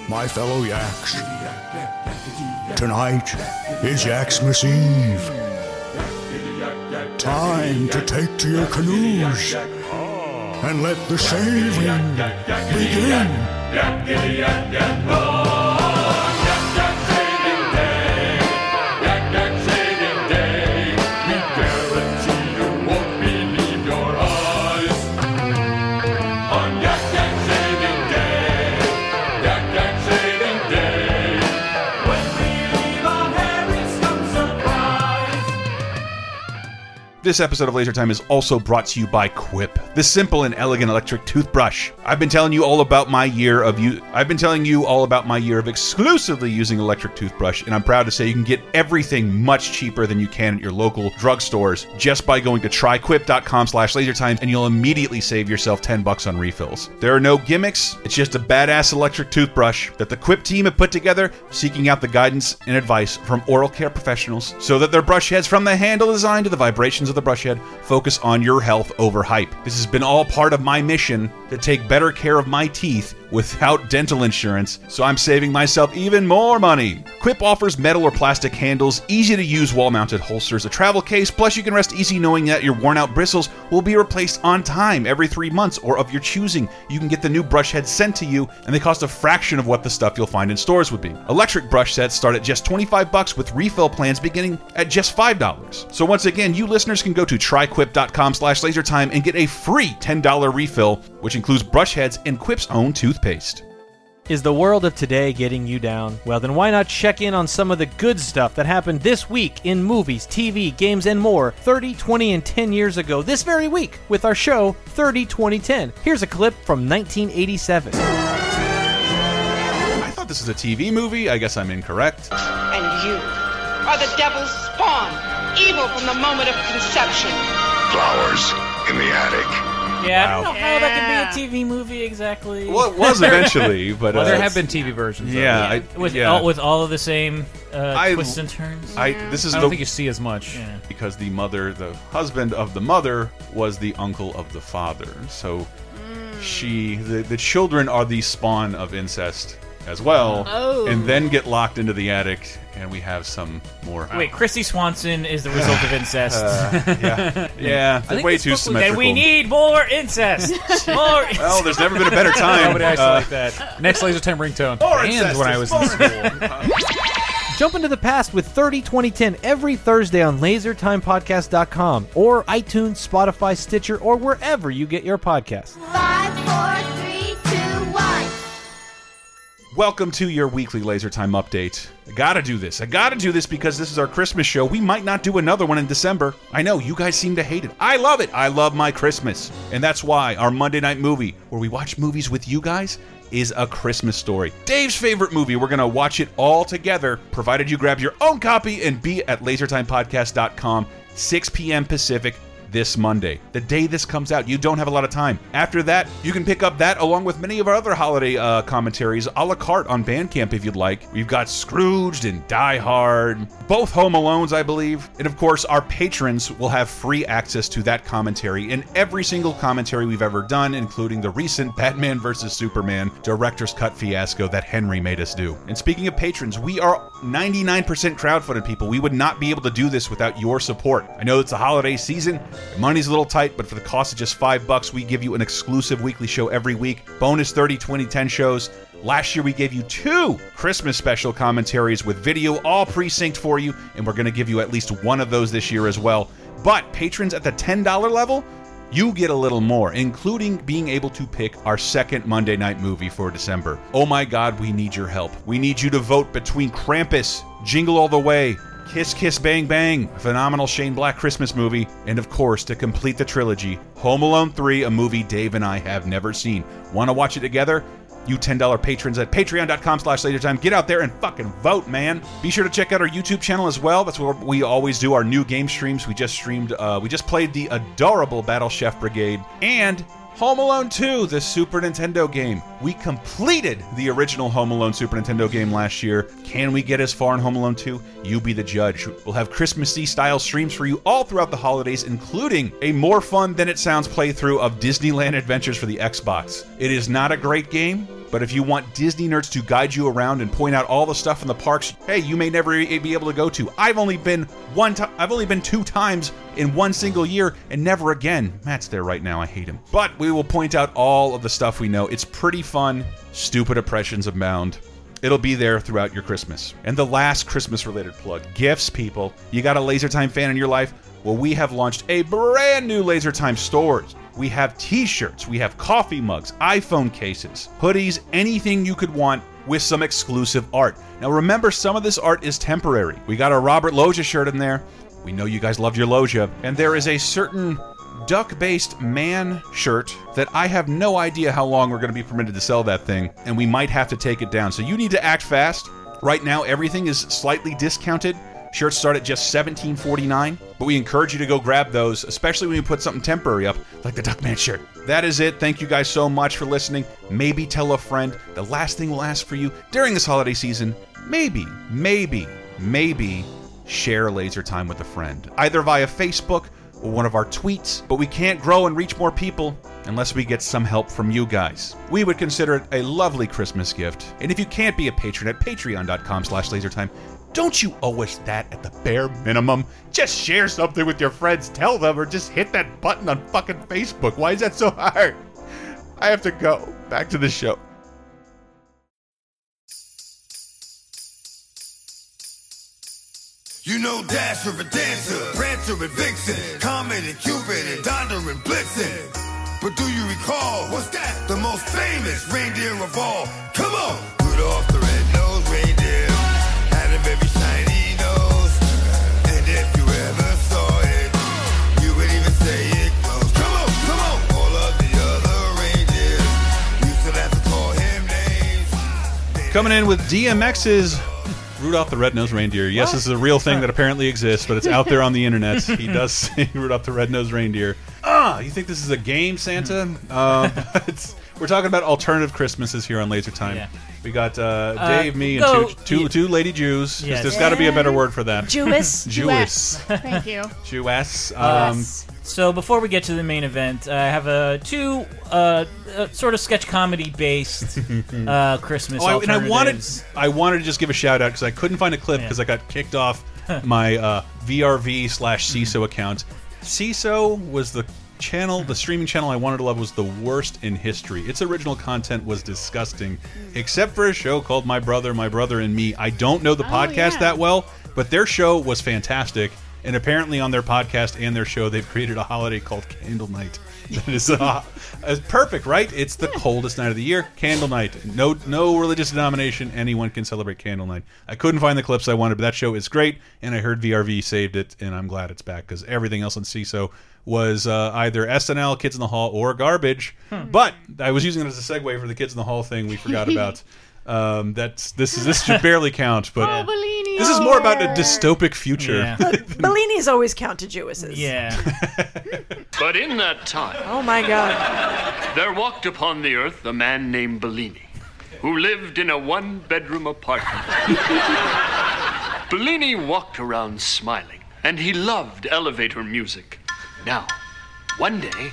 X: My fellow yaks, tonight is Yaxmas Eve. Time to take to your canoes and let the shaving begin.
I: Yak giddy yak yak roar. Yak yak shaving day, yak yak shaving day. We guarantee you won't believe your eyes. On yak yak shaving day, yak yak shaving day. When we leave on Harry's some surprise.
A: This This episode of Laser Time is also brought to you by Quip, the simple and elegant electric toothbrush. I've been telling you all about my year of you. I've been telling you all about my year of exclusively using electric toothbrush, and I'm proud to say you can get everything much cheaper than you can at your local drugstores just by going to tryquip.com/lasertime, and you'll immediately save yourself 10 bucks on refills. There are no gimmicks. It's just a badass electric toothbrush that the Quip team have put together, seeking out the guidance and advice from oral care professionals so that their brush heads, from the handle design to the vibrations of the brush head, focus on your health over hype. This has been all part of my mission to take better care of my teeth without dental insurance, so I'm saving myself even more money. Quip offers metal or plastic handles, easy to use wall mounted holsters, a travel case, plus you can rest easy knowing that your worn out bristles will be replaced on time every three months or of your choosing. You can get the new brush head sent to you, and they cost a fraction of what the stuff you'll find in stores would be. Electric brush sets start at just 25 bucks with refill plans beginning at just $5. So once again, you listeners can go to tryquip.com slash lasertime and get a free $10 refill, which includes brush heads and Quip's own toothpaste.
G: Is the world of today getting you down? Well, then why not check in on some of the good stuff that happened this week in movies, TV, games, and more 30, 20, and 10 years ago this very week with our show 30, 20, 10. Here's a clip from 1987.
A: I thought this was a TV movie. I guess I'm incorrect.
J: And you are the devil's spawn, evil from the moment of conception.
F: Flowers in the attic.
D: Yeah, I don't know how that could be a TV movie exactly.
A: Well, it was eventually, but
L: Well,
A: uh,
L: there have been TV versions.
A: Yeah,
L: of it.
A: I-
D: with
A: yeah.
D: all with all of the same uh,
A: I-
D: twists and turns.
A: I this is
L: I don't
A: the,
L: think you see as much
A: because the mother, the husband of the mother, was the uncle of the father. So she, the, the children are the spawn of incest as well,
D: Oh.
A: and then get locked into the attic, and we have some more.
D: Wait, Christy Swanson is the result of incest.
A: Uh, yeah. Yeah, I think way this too book was-
D: And we
A: symmetrical.
D: need more incest. more. Incest.
A: Well, there's never been a better time.
L: Nobody actually
A: Uh,
L: like that. Next laser time ringtone.
A: More
L: and when I was in
A: incest
L: school.
G: Jump into the past with 30, 20, 10 every Thursday on lasertimepodcast.com or iTunes, Spotify, Stitcher, or wherever you get your podcasts.
A: Welcome to your weekly Laser Time update. I gotta do this. I gotta do this because this is our Christmas show. We might not do another one in December. I know, you guys seem to hate it. I love it. I love my Christmas. And that's why our Monday night movie, where we watch movies with you guys, is a Christmas story. Dave's favorite movie. We're gonna watch it all together, provided you grab your own copy and be at lasertimepodcast.com, 6 p.m. Pacific, this Monday, the day this comes out. You don't have a lot of time. After that, you can pick up that along with many of our other holiday uh, commentaries a la carte on Bandcamp if you'd like. We've got Scrooged and Die Hard, both Home Alones, I believe. And of course, our patrons will have free access to that commentary and every single commentary we've ever done, including the recent Batman vs. Superman director's cut fiasco that Henry made us do. And speaking of patrons, we are 99% crowdfunded people. We would not be able to do this without your support. I know it's the holiday season, and money's a little tight, but for the cost of just five bucks, we give you an exclusive weekly show every week, bonus 30, 20, 10 shows. Last year, we gave you two Christmas special commentaries with video all presynced for you, and we're going to give you at least one of those this year as well. But patrons at the $10 level, you get a little more, including being able to pick our second Monday night movie for December. Oh my God, we need your help. We need you to vote between Krampus, Jingle All the Way, Kiss Kiss Bang Bang, a phenomenal Shane Black Christmas movie, and of course, to complete the trilogy, Home Alone 3, a movie Dave and I have never seen. Want to watch it together? You $10 patrons at patreon.com slash lasertime. Get out there and fucking vote, man. Be sure to check out our YouTube channel as well. That's where we always do our new game streams. We just streamed, uh, we just played the adorable Battle Chef Brigade and Home Alone 2, the Super Nintendo game. We completed the original Home Alone Super Nintendo game last year. Can we get as far in Home Alone 2? You be the judge. We'll have Christmassy style streams for you all throughout the holidays, including a more fun than it sounds playthrough of Disneyland Adventures for the Xbox. It is not a great game, but if you want Disney nerds to guide you around and point out all the stuff in the parks, hey, you may never e- be able to go to. I've only been one time. I've only been two times in one single year, and never again. Matt's there right now. I hate him. But we will point out all of the stuff we know. It's pretty fun. Stupid oppressions abound. It'll be there throughout your Christmas. And the last Christmas related plug gifts, people. You got a Laser Time fan in your life? Well, we have launched a brand new Laser Time stores. We have t shirts, we have coffee mugs, iPhone cases, hoodies, anything you could want with some exclusive art. Now, remember, some of this art is temporary. We got our Robert Loja shirt in there. We know you guys loved your Logia, and there is a certain duck based man shirt that I have no idea how long we're going to be permitted to sell that thing, and we might have to take it down. So you need to act fast. Right now, everything is slightly discounted. Shirts start at just $17.49, but we encourage you to go grab those, especially when we put something temporary up, like the Duckman shirt. That is it. Thank you guys so much for listening. Maybe tell a friend. The last thing we'll ask for you during this holiday season maybe, maybe, maybe share laser time with a friend, either via Facebook or one of our tweets. But we can't grow and reach more people unless we get some help from you guys. We would consider it a lovely Christmas gift. And if you can't be a patron at patreon.com slash lasertime, don't you owe us that at the bare minimum? Just share something with your friends, tell them, or just hit that button on fucking Facebook. Why is that so hard? I have to go. Back to the show.
K: You know Dasher and Dancer, Prancer and Vixen, Comet and Cupid and Donder and Blitzen. But do you recall, what's that? The most famous reindeer of all. Come on! Rudolph the red-nosed reindeer had a very shiny nose. And if you ever saw it, you would even say it glows. Come on, come on! All of the other reindeers used to have to call him names.
A: Coming in with DMX's Rudolph the Red-Nosed Reindeer. Yes, this is a real thing that apparently exists, but it's out there on the internet. He does sing Rudolph the Red-Nosed Reindeer. Ah, you think this is a game, Santa? Um, it's- we're talking about alternative Christmases here on Laser Time.
D: Yeah.
A: We got uh,
D: Uh,
A: Dave, me, and
D: go-
A: two, two, two lady Jews. 'cause
D: Yes.
A: There's got to be a better word for that.
D: Jewess.
A: Jewess.
E: Thank you.
A: Jewess.
D: Um,
A: Um,
D: So before we get to the main event, I have a two uh, uh, sort of sketch comedy based uh, Christmas.
A: Oh, I, and I wanted
D: alternatives.
A: I wanted to just give a shout out because I couldn't find a clip
D: Yeah.
A: because I got kicked off my uh, VRV
D: Mm.
A: slash CISO account. CISO was the channel, the streaming channel I wanted to love was the worst in history. Its original content was disgusting,
D: Mm.
A: except for a show called My Brother, My Brother and Me. I don't know the podcast
D: Oh, yeah.
A: that well, but their show was fantastic. And apparently, on their podcast and their show, they've created a holiday called Candle Night. That is uh, it's perfect, right? It's the coldest night of the year, Candle Night. No, no religious denomination. Anyone can celebrate Candle Night. I couldn't find the clips I wanted, but that show is great. And I heard VRV saved it, and I'm glad it's back because everything else on CISO was uh, either SNL, Kids in the Hall, or garbage. But I was using it as a segue for the Kids in the Hall thing we forgot about. Um, that's this is this should barely count, but this is more about a dystopic future.
B: Bellini's always counted Jewesses.
D: Yeah.
N: But in that time,
B: Oh my god.
N: there walked upon the earth a man named Bellini, who lived in a one bedroom apartment. Bellini walked around smiling, and he loved elevator music. Now, one day,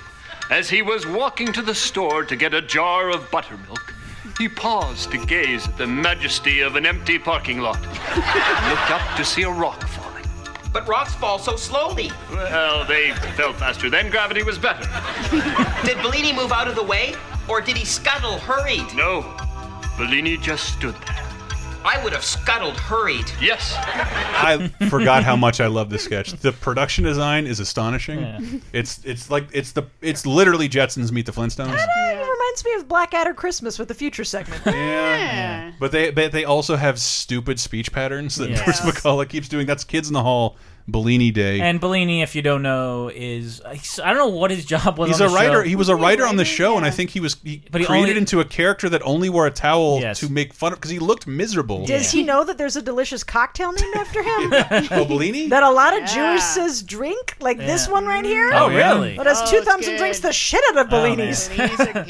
N: as he was walking to the store to get a jar of buttermilk, he paused to gaze at the majesty of an empty parking lot. He looked up to see a rock falling. But rocks fall so slowly. Well, they fell faster then. Gravity was better.
O: Did Bellini move out of the way, or did he scuttle hurried?
N: No. Bellini just stood there.
O: I would have scuttled hurried.
N: Yes.
A: I forgot how much I love this sketch. The production design is astonishing.
B: Yeah.
A: It's it's like it's the it's literally Jetsons meet the Flintstones.
B: It reminds me of Blackadder Christmas with the future segment.
A: Yeah. But they but they also have stupid speech patterns that
D: Yeah.
A: Bruce McCullough keeps doing. That's Kids in the Hall, Bellini Day.
D: And Bellini, if you don't know, is he's- I don't know what his job was.
A: He's
D: on
A: a
D: the
A: writer.
D: show.
A: He was a writer on the show, and I think he was he
D: But he
A: created
D: only-
A: into a character that only wore a towel to make fun of because he looked miserable.
B: Does he know that there's a delicious cocktail named after him?
A: Oh, Bellini?
B: That a lot of Jewesses drink, like this
A: Yeah.
B: one right here.
A: Oh, really?
B: That has
E: Oh,
B: two
E: it's
B: thumbs and
E: good.
B: drinks the shit out of
A: Oh, man.
B: Bellinis.
E: Bellinis are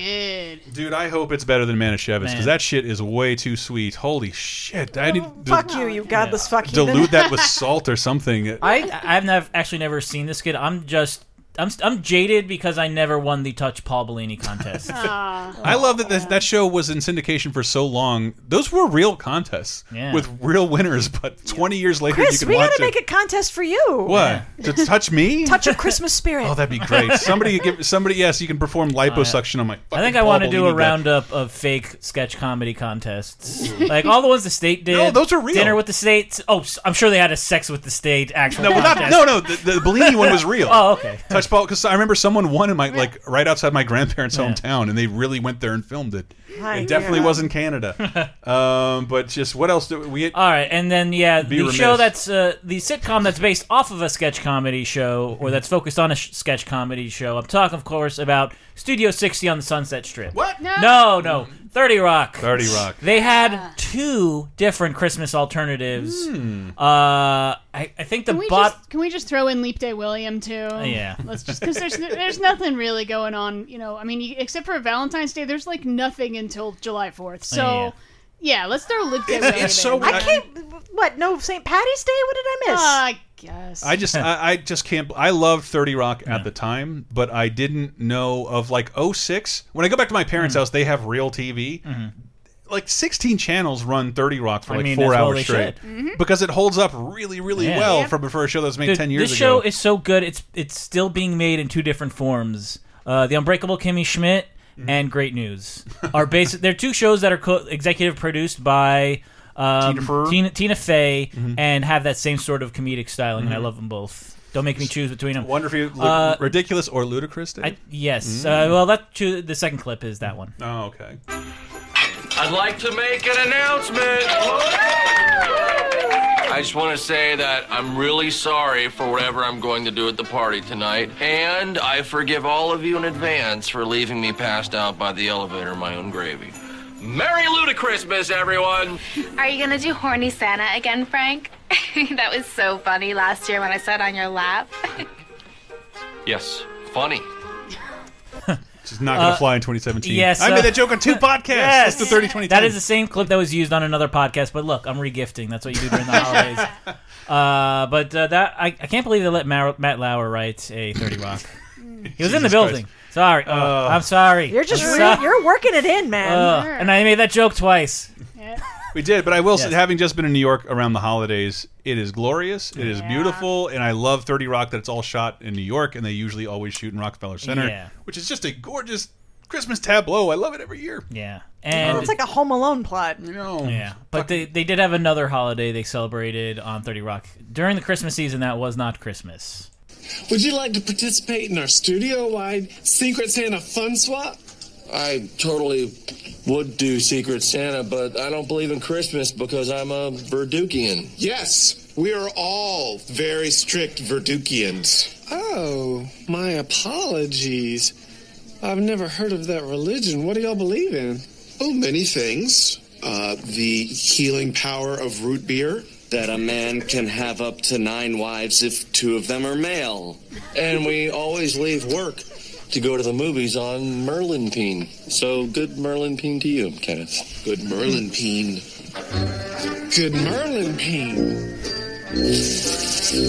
E: good.
A: Dude, I hope it's better than Manischewitz because
D: Man.
A: that shit is way too sweet. Holy shit! I need
B: Fuck you, you godless fuck heathen.
A: dilute that with salt or something.
D: I I've never actually never seen this kid. I'm just I'm I'm jaded because I never won the Touch Paul Bellini contest.
A: I
D: Oh,
A: love that that that show was in syndication for so long. Those were real contests
D: Yeah.
A: with real winners, but 20 years later,
B: Chris,
A: you can
B: we
A: watch
B: gotta make a contest for you.
A: What? To touch me?
B: Touch of Christmas spirit.
A: Oh, that'd be great. Somebody give somebody. Yes, you can perform liposuction on my.
D: Uh, I think
A: fucking
D: I want to
A: Paul
D: do a
A: Bellini guy.
D: roundup of fake sketch comedy contests, like all the ones the state did.
A: No, those are real.
D: Dinner with the state. Oh, s- I'm sure they had a sex with the state actual.
A: No, well, not-
D: contest.
A: no, no. The, the Bellini one was real.
D: oh, okay.
A: Touch that's probably because I remember someone won in my like right outside my grandparents' hometown, and they really went there and filmed it.
D: Hi,
A: it definitely
D: yeah.
A: was in Canada. um, but just what else do we?
D: All right, and then yeah,
A: Be
D: the
A: remiss.
D: show that's uh, the sitcom that's based off of a sketch comedy show,
A: Mm-hmm.
D: or that's focused on a sh- sketch comedy show. I'm talking, of course, about Studio 60 on the Sunset Strip. What?
E: No.
D: No, no. 30 Rock.
A: 30 Mm-hmm. Rock.
D: They
E: Ah.
D: had two different Christmas alternatives.
A: Hmm.
D: Uh, I, I think the
E: Can we,
D: bot. Uh,
E: just, can we just throw in Leap Day William too?
D: yeah.
E: Let's just because there's there's nothing really going on. You know, I mean, you- except for Valentine's Day, there's like nothing until July Fourth. So.
D: Oh, Yeah.
E: Yeah. let's throw Leap Day.
A: It's-
E: William
A: it's so-
E: in.
A: I can't-
B: What? No St. Patty's Day? What did I miss?
E: I guess.
A: I just I, I just can't. I loved Thirty Rock at the time, but I didn't know of like 06. When I go back to my parents'
D: Mm-hmm.
A: house, they have real TV. Like 16 channels run 30 Rock for
D: I
A: like
D: mean,
A: four
D: as well
A: hours
D: they
A: straight
D: should. Mhm.
A: because it holds up really, really
D: Yeah.
A: well
D: Yep.
A: from for a show that was made
D: Dude,
A: 10 years
D: this
A: ago.
D: show is so good. It's it's still being made in two different forms. Uh, the Unbreakable Kimmy Schmidt
A: Mm-hmm.
D: and Great News are basic. they're two shows that are co- executive produced by um,
A: Tina Fey.
D: Tina, Tina Fey
A: Mhm.
D: and have that same sort of comedic styling. And I
A: Mhm.
D: love them both. Don't make me choose between them.
A: Wonder if you lu-
D: Uh,
A: ridiculous or ludicrous. Dave?
D: I, yes.
A: Mm.
D: Uh, well, that choo- the second clip is that one.
A: Oh, okay.
M: I'd like to make an announcement. I just want to say that I'm really sorry for whatever I'm going to do at the party tonight, and I forgive all of you in advance for leaving me passed out by the elevator in my own gravy. Merry Ludicrismas, everyone!
Q: Are you gonna do horny Santa again, Frank? that was so funny last year when I sat on your lap.
M: Yes, funny.
A: It's not going to
D: Uh,
A: fly in 2017.
D: Yes,
A: I
D: uh,
A: made that joke on two podcasts.
D: Yes,
A: That's the 30 20
D: That is the same clip that was used on another podcast. But look, I'm regifting. That's what you do during the holidays. uh, but uh, that I, I can't believe they let Mar- Matt Lauer write a 30 Rock. he was in the
A: Jesus
D: building. Sorry, Oh,
A: Uh,
D: I'm sorry.
B: You're just
D: I'm
B: re-
D: sorry.
B: you're working it in, man.
D: Uh, and I made that joke twice.
A: We did, but I will say,
D: Yes.
A: having just been in New York around the holidays, it is glorious. It is beautiful, and I love 30 Rock that it's all shot in New York, and they usually always shoot in Rockefeller Center,
D: Yeah.
A: which is just a gorgeous Christmas tableau. I love it every year.
D: Yeah, and
B: it's like a Home Alone plot.
A: No.
D: yeah, but they, they did have another holiday they celebrated on 30 Rock during the Christmas season. That was not Christmas.
S: Would you like to participate in our studio-wide Secret Santa fun swap?
M: I totally would do Secret Santa, but I don't believe in Christmas because I'm a Verdukian.
S: Yes, we are all very strict Verdukians. Oh, my apologies. I've never heard of that religion. What do y'all believe in? Oh, many things. Uh, the healing power of root beer.
M: That a man can have up to nine wives if two of them are male. And we always leave work to go to the movies on Merlinpine. So good Merlinpine to you, Kenneth. Good Merlinpine.
S: Good Merlin pain.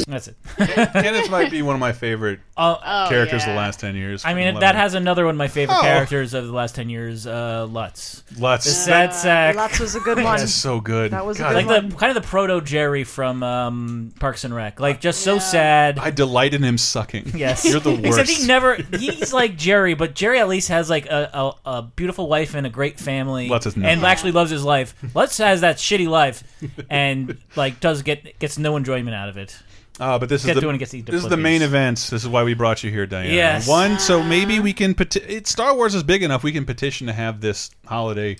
D: That's it.
A: Kenneth might be one of my favorite
D: Oh.
E: Oh,
A: characters
E: yeah.
A: the last 10 years.
D: I mean,
A: Love
D: that
A: it.
D: has another one of my favorite
A: Oh.
D: characters of the last 10 years, uh, Lutz.
A: Lutz.
D: The sad sack.
B: Lutz was a good one.
A: That's so good.
B: That was a
A: God,
B: good
D: like
B: one.
D: the kind of the proto Jerry from um, Parks and Rec, like just so sad.
A: I delight in him sucking.
D: Yes,
A: You're the worst.
D: Except he never. He's like Jerry, but Jerry at least has like a, a, a beautiful wife and a great family,
A: Lutz is not.
D: and actually loves his life. Lutz has that shitty life, and like does get gets no enjoyment out of it.
A: Uh, but this is
D: Except
A: the,
D: when it gets eaten to
A: this is the
D: flippies.
A: main events. This is why we brought you here, Diana.
D: Yes. Ah.
A: One, so maybe we can peti- it, Star Wars is big enough. We can petition to have this holiday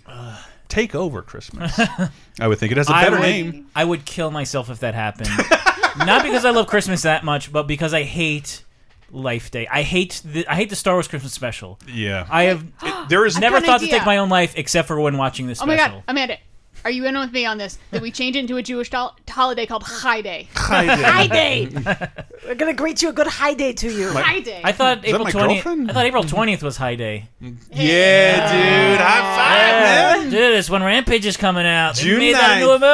A: take over Christmas. I would think it has a
D: I
A: better
D: would-
A: name.
D: I would kill myself if that happened. Not because I love Christmas that much, but because I hate Life Day. I hate the I hate the Star Wars Christmas special.
A: Yeah,
D: I have.
A: there
E: I've
D: never
E: got an
D: thought to
E: idea.
D: take my own life except for when watching this
E: Oh my
D: special.
E: god, Amanda, are you in with me on this? That we change it into a Jewish dol- holiday called High Day.
B: High day. We're gonna greet you a good high day to you.
E: My- High day.
D: I thought
B: Is that
D: April
B: my
D: twentieth.
B: girlfriend?
D: I thought April twentieth was High Day. Yeah,
A: dude, high five,
D: man. Dude, it's when Rampage is coming out. They
A: June
D: made that
A: 9th.
D: into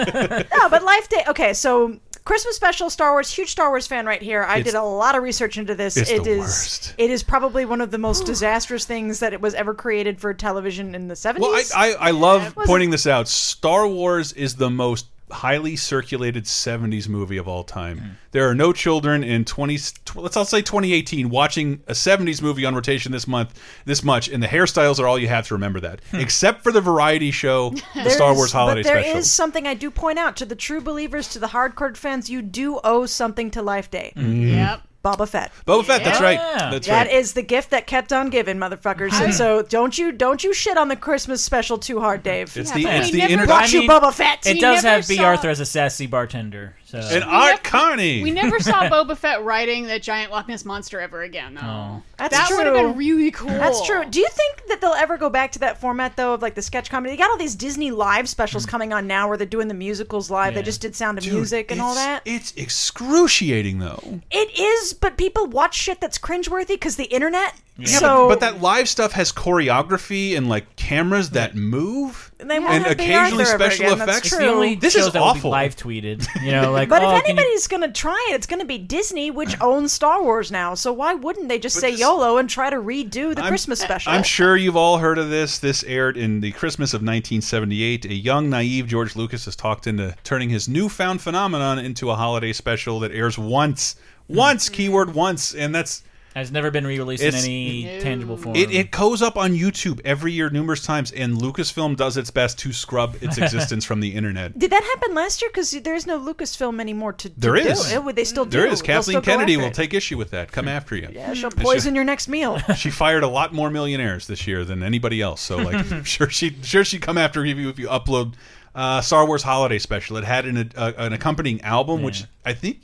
D: a movie. Fuck.
B: no, but Life Day. Okay, so Christmas special, Star Wars. Huge Star Wars fan right here. I
D: It's-
B: did a lot of research into this.
D: it's the
B: It is-
D: worst.
B: It is probably one of the most disastrous things that it was ever created for television in the seventies.
A: Well, I, I, I love
B: wasn't-
A: pointing this out. Star Wars is the most highly circulated 70s movie of all time. There are no children in 20 tw- let's all say 2018 watching a 70s movie on rotation this month this much and the hairstyles are all you have to remember that except for the variety show the Star Wars holiday
B: but there
A: special.
B: is something I do point out to the true believers, to the hardcore fans. You do owe something to Life Day.
A: Mm. Yep.
B: Boba Fett.
A: Boba Fett, that's right. Yeah. That's
B: That
A: right.
B: is the gift that kept on giving, motherfuckers. and so don't you don't you shit on the Christmas special too hard, Dave.
A: It's Yeah, the- but it's we the never
B: internet.
A: inter-
B: brought
A: I
B: you
A: mean,
B: Boba Fett.
D: It does have B. Arthur as a sassy bartender. So
A: And Art Carney.
E: We never saw Boba Fett riding that giant Loch Ness monster ever again, though.
D: Oh.
B: That's
E: that
B: true.
E: would have been really cool.
B: That's true. Do you think that they'll ever go back to that format though of like the sketch comedy? They got all these Disney live specials coming on now where they're doing the musicals live. They just did Sound of
A: Mm. Dude,
B: Music and all
A: it's-
B: that.
A: It's excruciating though.
B: It is, but people watch shit that's cringeworthy because the internet.
A: Yeah,
B: so
A: but, but that live stuff has choreography and like cameras that move
B: They won't
A: and
B: have Big
A: occasionally
B: Arthur ever
A: special
B: again, that's
A: effects.
B: true. It's the only
A: This
D: shows
A: is
D: that will be
A: awful.
D: live tweeted. You know, like
B: But
D: oh,
B: if
D: can you- Uh.
B: anybody's going to try it, it's going to be Disney, which owns Star Wars now. So why wouldn't they just say YOLO and try to redo the Christmas special?
A: I'm sure you've all heard of this. This aired in the Christmas of 1978. A young, naive George Lucas is talked into turning his newfound phenomenon into a holiday special that airs once, once,
B: Mm-hmm.
A: keyword once, and that's
D: has never been re-released in
A: It's-
D: any tangible form.
A: It, it goes up on YouTube every year, numerous times, and Lucasfilm does its best to scrub its existence from the internet.
B: Did that happen last year? Because there is no Lucasfilm anymore to, to
A: There
B: do
A: is.
B: it. Would they still do
A: There is.
B: They'll
A: Kathleen
B: still go
A: Kennedy
B: after
A: will Hmm.
B: it.
A: take issue with that. Come after you.
B: Yeah, she'll
A: And she-
B: poison your next meal.
A: She fired a lot more millionaires this year than anybody else. So like, I'm sure she sure she'd come after you if you upload uh, Star Wars Holiday Special. It had an uh, an accompanying album, which I think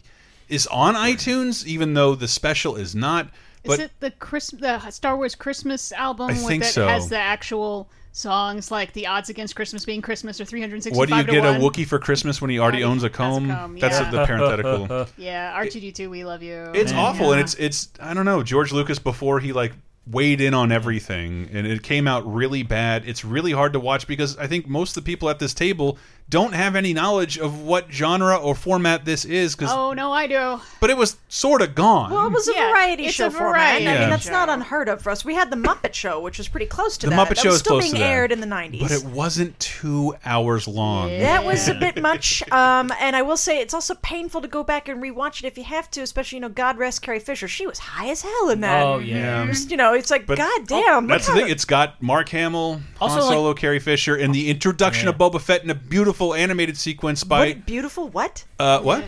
A: is on iTunes, even though the special is not. But
E: Is it the Chris the Star Wars Christmas album
A: I
E: with
A: think
E: that
A: so.
E: has the actual songs like the odds against Christmas being Christmas or 365
A: what do you
E: to
A: get a
E: one?
A: Wookiee for Christmas when he already owns a comb?
E: comb,
A: That's
E: yeah.
A: the parenthetical.
E: Yeah, R2D2, we love you.
A: It's awful, and
E: Yeah.
A: it's it's I don't know George Lucas before he like weighed in on everything, and it came out really bad. It's really hard to watch because I think most of the people at this table don't have any knowledge of what genre or format this is. Because
E: Oh no, I do.
A: but it was sort of gone.
B: Well, it was a
E: Yeah,
B: variety
E: it's
B: show
E: a
B: format. I
A: variety
B: mean, that's not unheard of for us. We had the Muppet Show, which was pretty close to
A: the
B: that.
A: Muppet
B: that
A: Show
B: was
A: is
B: still
A: close
B: being
A: to that,
B: aired in the '90s.
A: but it wasn't two hours long.
B: That was a bit much, um, and I will say it's also painful to go back and rewatch it if you have to, especially you know, God rest Carrie Fisher. She was high as hell in that.
A: Oh, yeah.
B: Just, you know, it's like
A: But- oh,
B: God damn.
A: That's the
B: look how-
A: thing. It's got Mark Hamill,
B: Also,
A: Han
B: like-
A: Solo, Carrie Fisher, and the introduction of Boba Fett in a beautiful animated sequence by
B: what, beautiful. What?
A: uh, what?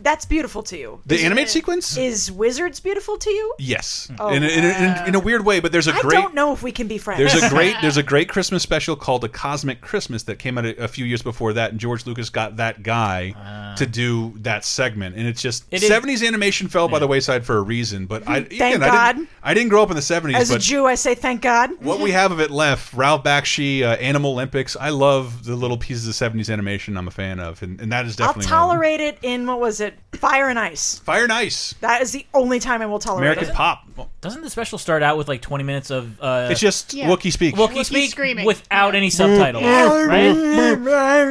B: That's beautiful to you.
A: The
B: Is
A: animate
B: it-
A: sequence?
B: is Wizards beautiful to you?
A: Yes,
B: Oh,
A: in, a, in, a, in, in a weird way, but there's a
B: I
A: great
B: don't know if we can be friends.
A: there's a great there's a great Christmas special called The Cosmic Christmas that came out a, a few years before that, and George Lucas got that guy to do that segment, and it's just
B: Ah. It is-
A: 70s animation fell by the wayside for a reason. But I
B: Thank
A: again, I,
B: God.
A: didn't, I didn't grow up in the 70s,
B: As a
A: but
B: Jew, I say thank God.
A: what we have of it left, Ralph Bakshi, uh, Animal Olympics, I love the little pieces of 70s animation. I'm a fan of, and, and that is
B: I'll
A: definitely one of them.
B: tolerate it in what was it? Fire and Ice.
A: Fire and Ice.
B: That is the only time I will tolerate
D: American
B: it.
A: Pop.
D: Doesn't the special start out with like 20 minutes of? Uh,
A: It's just Yeah. Wookiee speak.
D: Wookiee,
A: Wookiee
D: speak
B: screaming.
D: without any subtitles. right?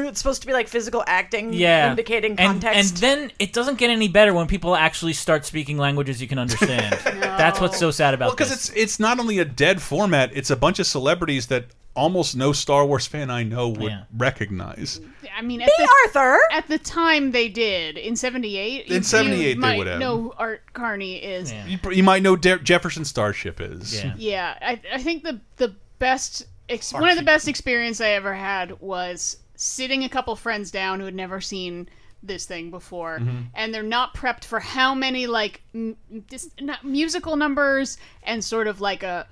B: It's supposed to be like physical acting,
D: Yeah,
B: indicating
D: and,
B: context.
D: and then it doesn't get any better when people actually start speaking languages you can understand. That's what's so sad about
A: because
D: this.
A: it's it's not only a dead format; it's a bunch of celebrities that almost no Star Wars fan I know would
D: Yeah.
A: recognize.
E: I mean, at
B: Be
E: the,
B: Arthur.
E: At the time, they did in '78.
A: In 78 they would have.
E: know who Art Carney is. Yeah,
A: You, you might know De Jefferson Starship is.
E: I, I think the the best ex- one of the best experience I ever had was sitting a couple friends down who had never seen this thing before,
A: Mm-hmm.
R: Mhm.
E: and they're not prepped for how many like m- dis- not musical numbers and sort of like a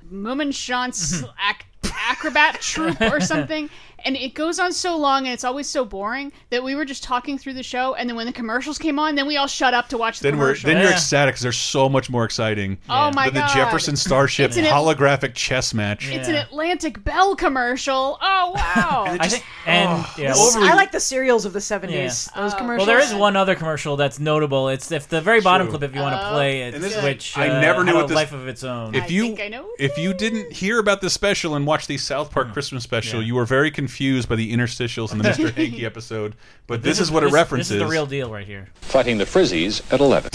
E: Mummenschanz
R: Mhm.
A: Mm-hmm.
E: ac- acrobat troupe or something. And it goes on so long and it's always so boring that we were just talking through the show and then when the commercials came on, then we all shut up to watch the
A: Then we're
E: commercials.
A: then you're ecstatic because they're so much more exciting.
E: Oh my
A: than the
E: God.
A: Jefferson Starship
E: It's an-
A: holographic chess match.
E: It's an Atlantic Bell commercial. Oh wow!
D: I think, and
A: Oh,
D: yeah,
B: This- I like the serials of the seventies.
D: Yeah.
B: Those
E: Uh,
D: Well,
B: commercials.
D: there is one other commercial that's notable. It's if the very bottom
A: True.
D: clip, if you want to play it,
A: And this-
D: which
A: I
D: uh,
A: never knew
D: had
A: what
D: a
A: this-
D: life of its own.
A: If you if you didn't hear about this special and watch the South Park Christmas special, you were very confused by the interstitials in the Mr. Hanky episode. But this, is what it references.
D: This is the real deal right here.
A: Fighting the Frizzies at 11.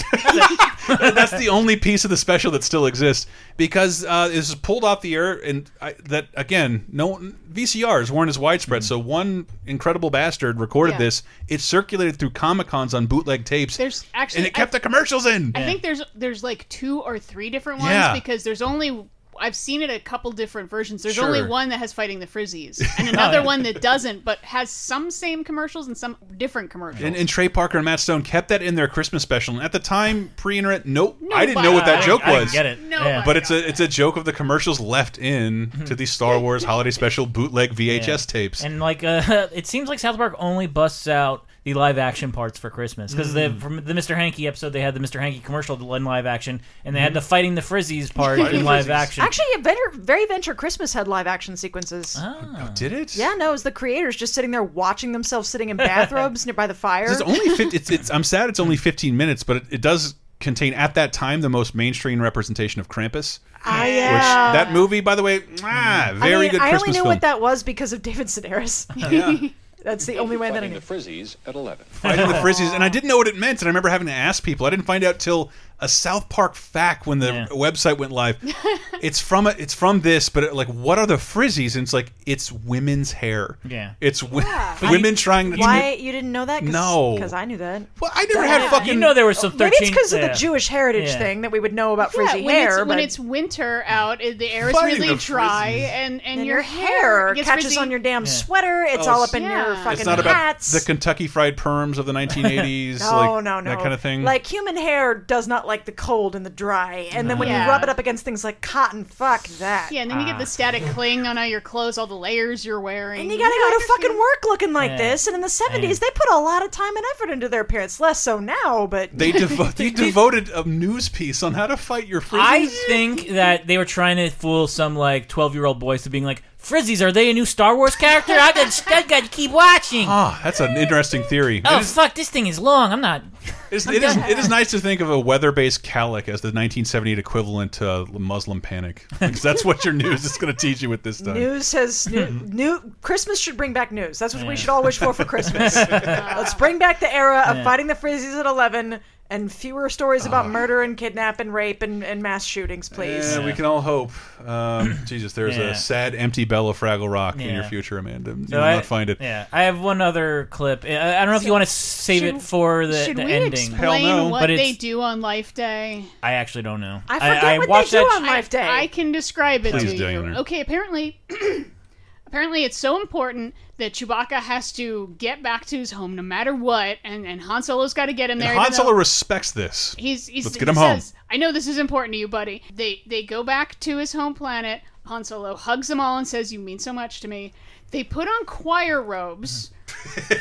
A: That's the only piece of the special that still exists because uh, it was pulled off the air, and I, that again, no VCRs weren't as widespread. So one incredible bastard recorded
E: Yeah.
A: this. It circulated through Comic Cons on bootleg tapes,
E: There's actually
A: and it kept the commercials in.
E: I think there's there's like two or three different ones
A: Yeah.
E: because there's only I've seen it a couple different versions. There's
F: Sure.
E: only one that has fighting the Frizzies, and
A: Oh,
E: another
A: yeah.
E: one that doesn't, but has some same commercials and some different commercials.
A: And, and Trey Parker and Matt Stone kept that in their Christmas special. And at the time, pre-internet, nope, I didn't know what that
D: I
A: joke
D: didn't- I didn't
A: was.
D: get it. Nobody Yeah.
A: But it's a it's a joke of the commercials left in to the Star Wars Holiday Special bootleg VHS tapes.
D: And like, uh, it seems like South Park only busts out the live action parts for Christmas because the
A: Mm.
D: from the Mr. Hanky episode they had the Mr. Hanky commercial in live action, and they had the fighting the Frizzies part
A: Mm. Fighting
D: in
A: the
D: live
A: Frizzies.
D: action.
B: Actually, Adventure, Very Venture Christmas had live action sequences.
A: Oh, Did it?
B: Yeah, no, it was the creators just sitting there watching themselves sitting in bathrobes near by the fire.
A: It's only 50, it's, it's I'm sad it's only 15 minutes, but it, it does contain at that time the most mainstream representation of Krampus.
B: Ah,
A: Which
B: yeah.
A: that movie, by the way, ah, very
B: I mean,
A: good
B: I
A: Christmas
B: only knew
A: film.
B: what that was because of David Sedaris.
A: Yeah.
B: That's the only way that I knew.
R: Frizzies at 11.
A: Fighting the Frizzies, and I didn't know what it meant, and I remember having to ask people. I didn't find out till a South Park fact when the website went live. it's from a, it's from this, but it, like, what are the Frizzies? And it's like it's women's hair.
D: Yeah.
A: it's wo- women trying to
B: Why you didn't know that?
A: No.
B: because I knew that.
A: Well, I never had fucking.
B: oh, Maybe it's because of the Jewish heritage
A: Yeah.
B: thing that we would know about
E: Yeah,
B: frizzy
E: when,
B: hair.
E: it's,
B: but
E: when it's winter out, it- the air is
B: Fighting
E: really
B: the
E: dry,
B: Frizzies.
E: and, and,
B: And
E: your,
B: your hair
E: gets
B: catches
E: frizzy.
B: on your damn Yeah. sweater, it's Oh, all up in your
E: Yeah.
B: fucking
A: It's not about
B: hats.
A: the Kentucky Fried Perms of the 1980s.
B: no,
A: like,
B: no, no,
A: That kind of thing.
B: Like human hair does not like the cold and the dry, and then when
E: Yeah.
B: you rub it up against things like cotton, fuck that.
E: Yeah, and then you
D: Ah.
E: get the static
A: Ah.
E: cling on all your clothes, all the layers you're wearing.
B: And you gotta go to fucking work looking like
E: Yeah.
B: this. And in the
E: Yeah.
B: seventies, they put a lot of time and effort into their appearance. Less so now, but
A: they devo- they devoted a news piece on how to fight your Frizzies.
D: I think that they were trying to fool some like twelve year old boys to being like, Frizzies, are they a new Star Wars character? I got, I got to keep watching.
A: Ah, that's an interesting theory.
D: oh
A: it, is,
D: fuck, this thing is long. I'm not.
A: it's-
D: I'm
A: it is-
D: done.
A: it is nice to think of a weather-based calic as the 1978 equivalent to Muslim panic, because that's what your news is going to teach you with this stuff.
B: News has new, new Christmas should bring back news. That's what
A: Yeah.
B: we should all wish for for Christmas. Let's bring back the era of
A: Yeah.
B: fighting the frizzies at eleven and fewer stories about murder and kidnap and rape and, and mass shootings, please.
A: Ah. Yeah, we can all hope. Um, Jesus, there's
D: Yeah.
A: a sad, empty bell of Fraggle Rock in your
D: Yeah.
A: future, Amanda. You
D: So
A: will
D: I-
A: not find it.
D: Yeah, I have one other clip. I, I don't know if
E: So
D: you want to save
E: should-
D: it for the,
E: Should
D: the
E: we
D: ending.
E: explain what
D: but it's,
E: they do on Life Day?
D: I actually don't know.
E: I
B: forget
D: I,
B: what they
D: watched
B: do
D: that.
B: on Life Day.
E: I can describe it
D: Please
E: to
D: do,
E: you.
D: Eleanor.
E: Okay, apparently, apparently it's so important that Chewbacca has to get back to his home no matter what, and and Han Solo's got to get him
A: And
E: there.
A: Han
E: even though-
A: Solo respects this.
E: He's, he's
A: Let's get
E: he
A: him home.
E: says, I know this is important to you, buddy. They they go back to his home planet. Han Solo hugs them all and says, "You mean so much to me." They put on choir robes.
B: Oh,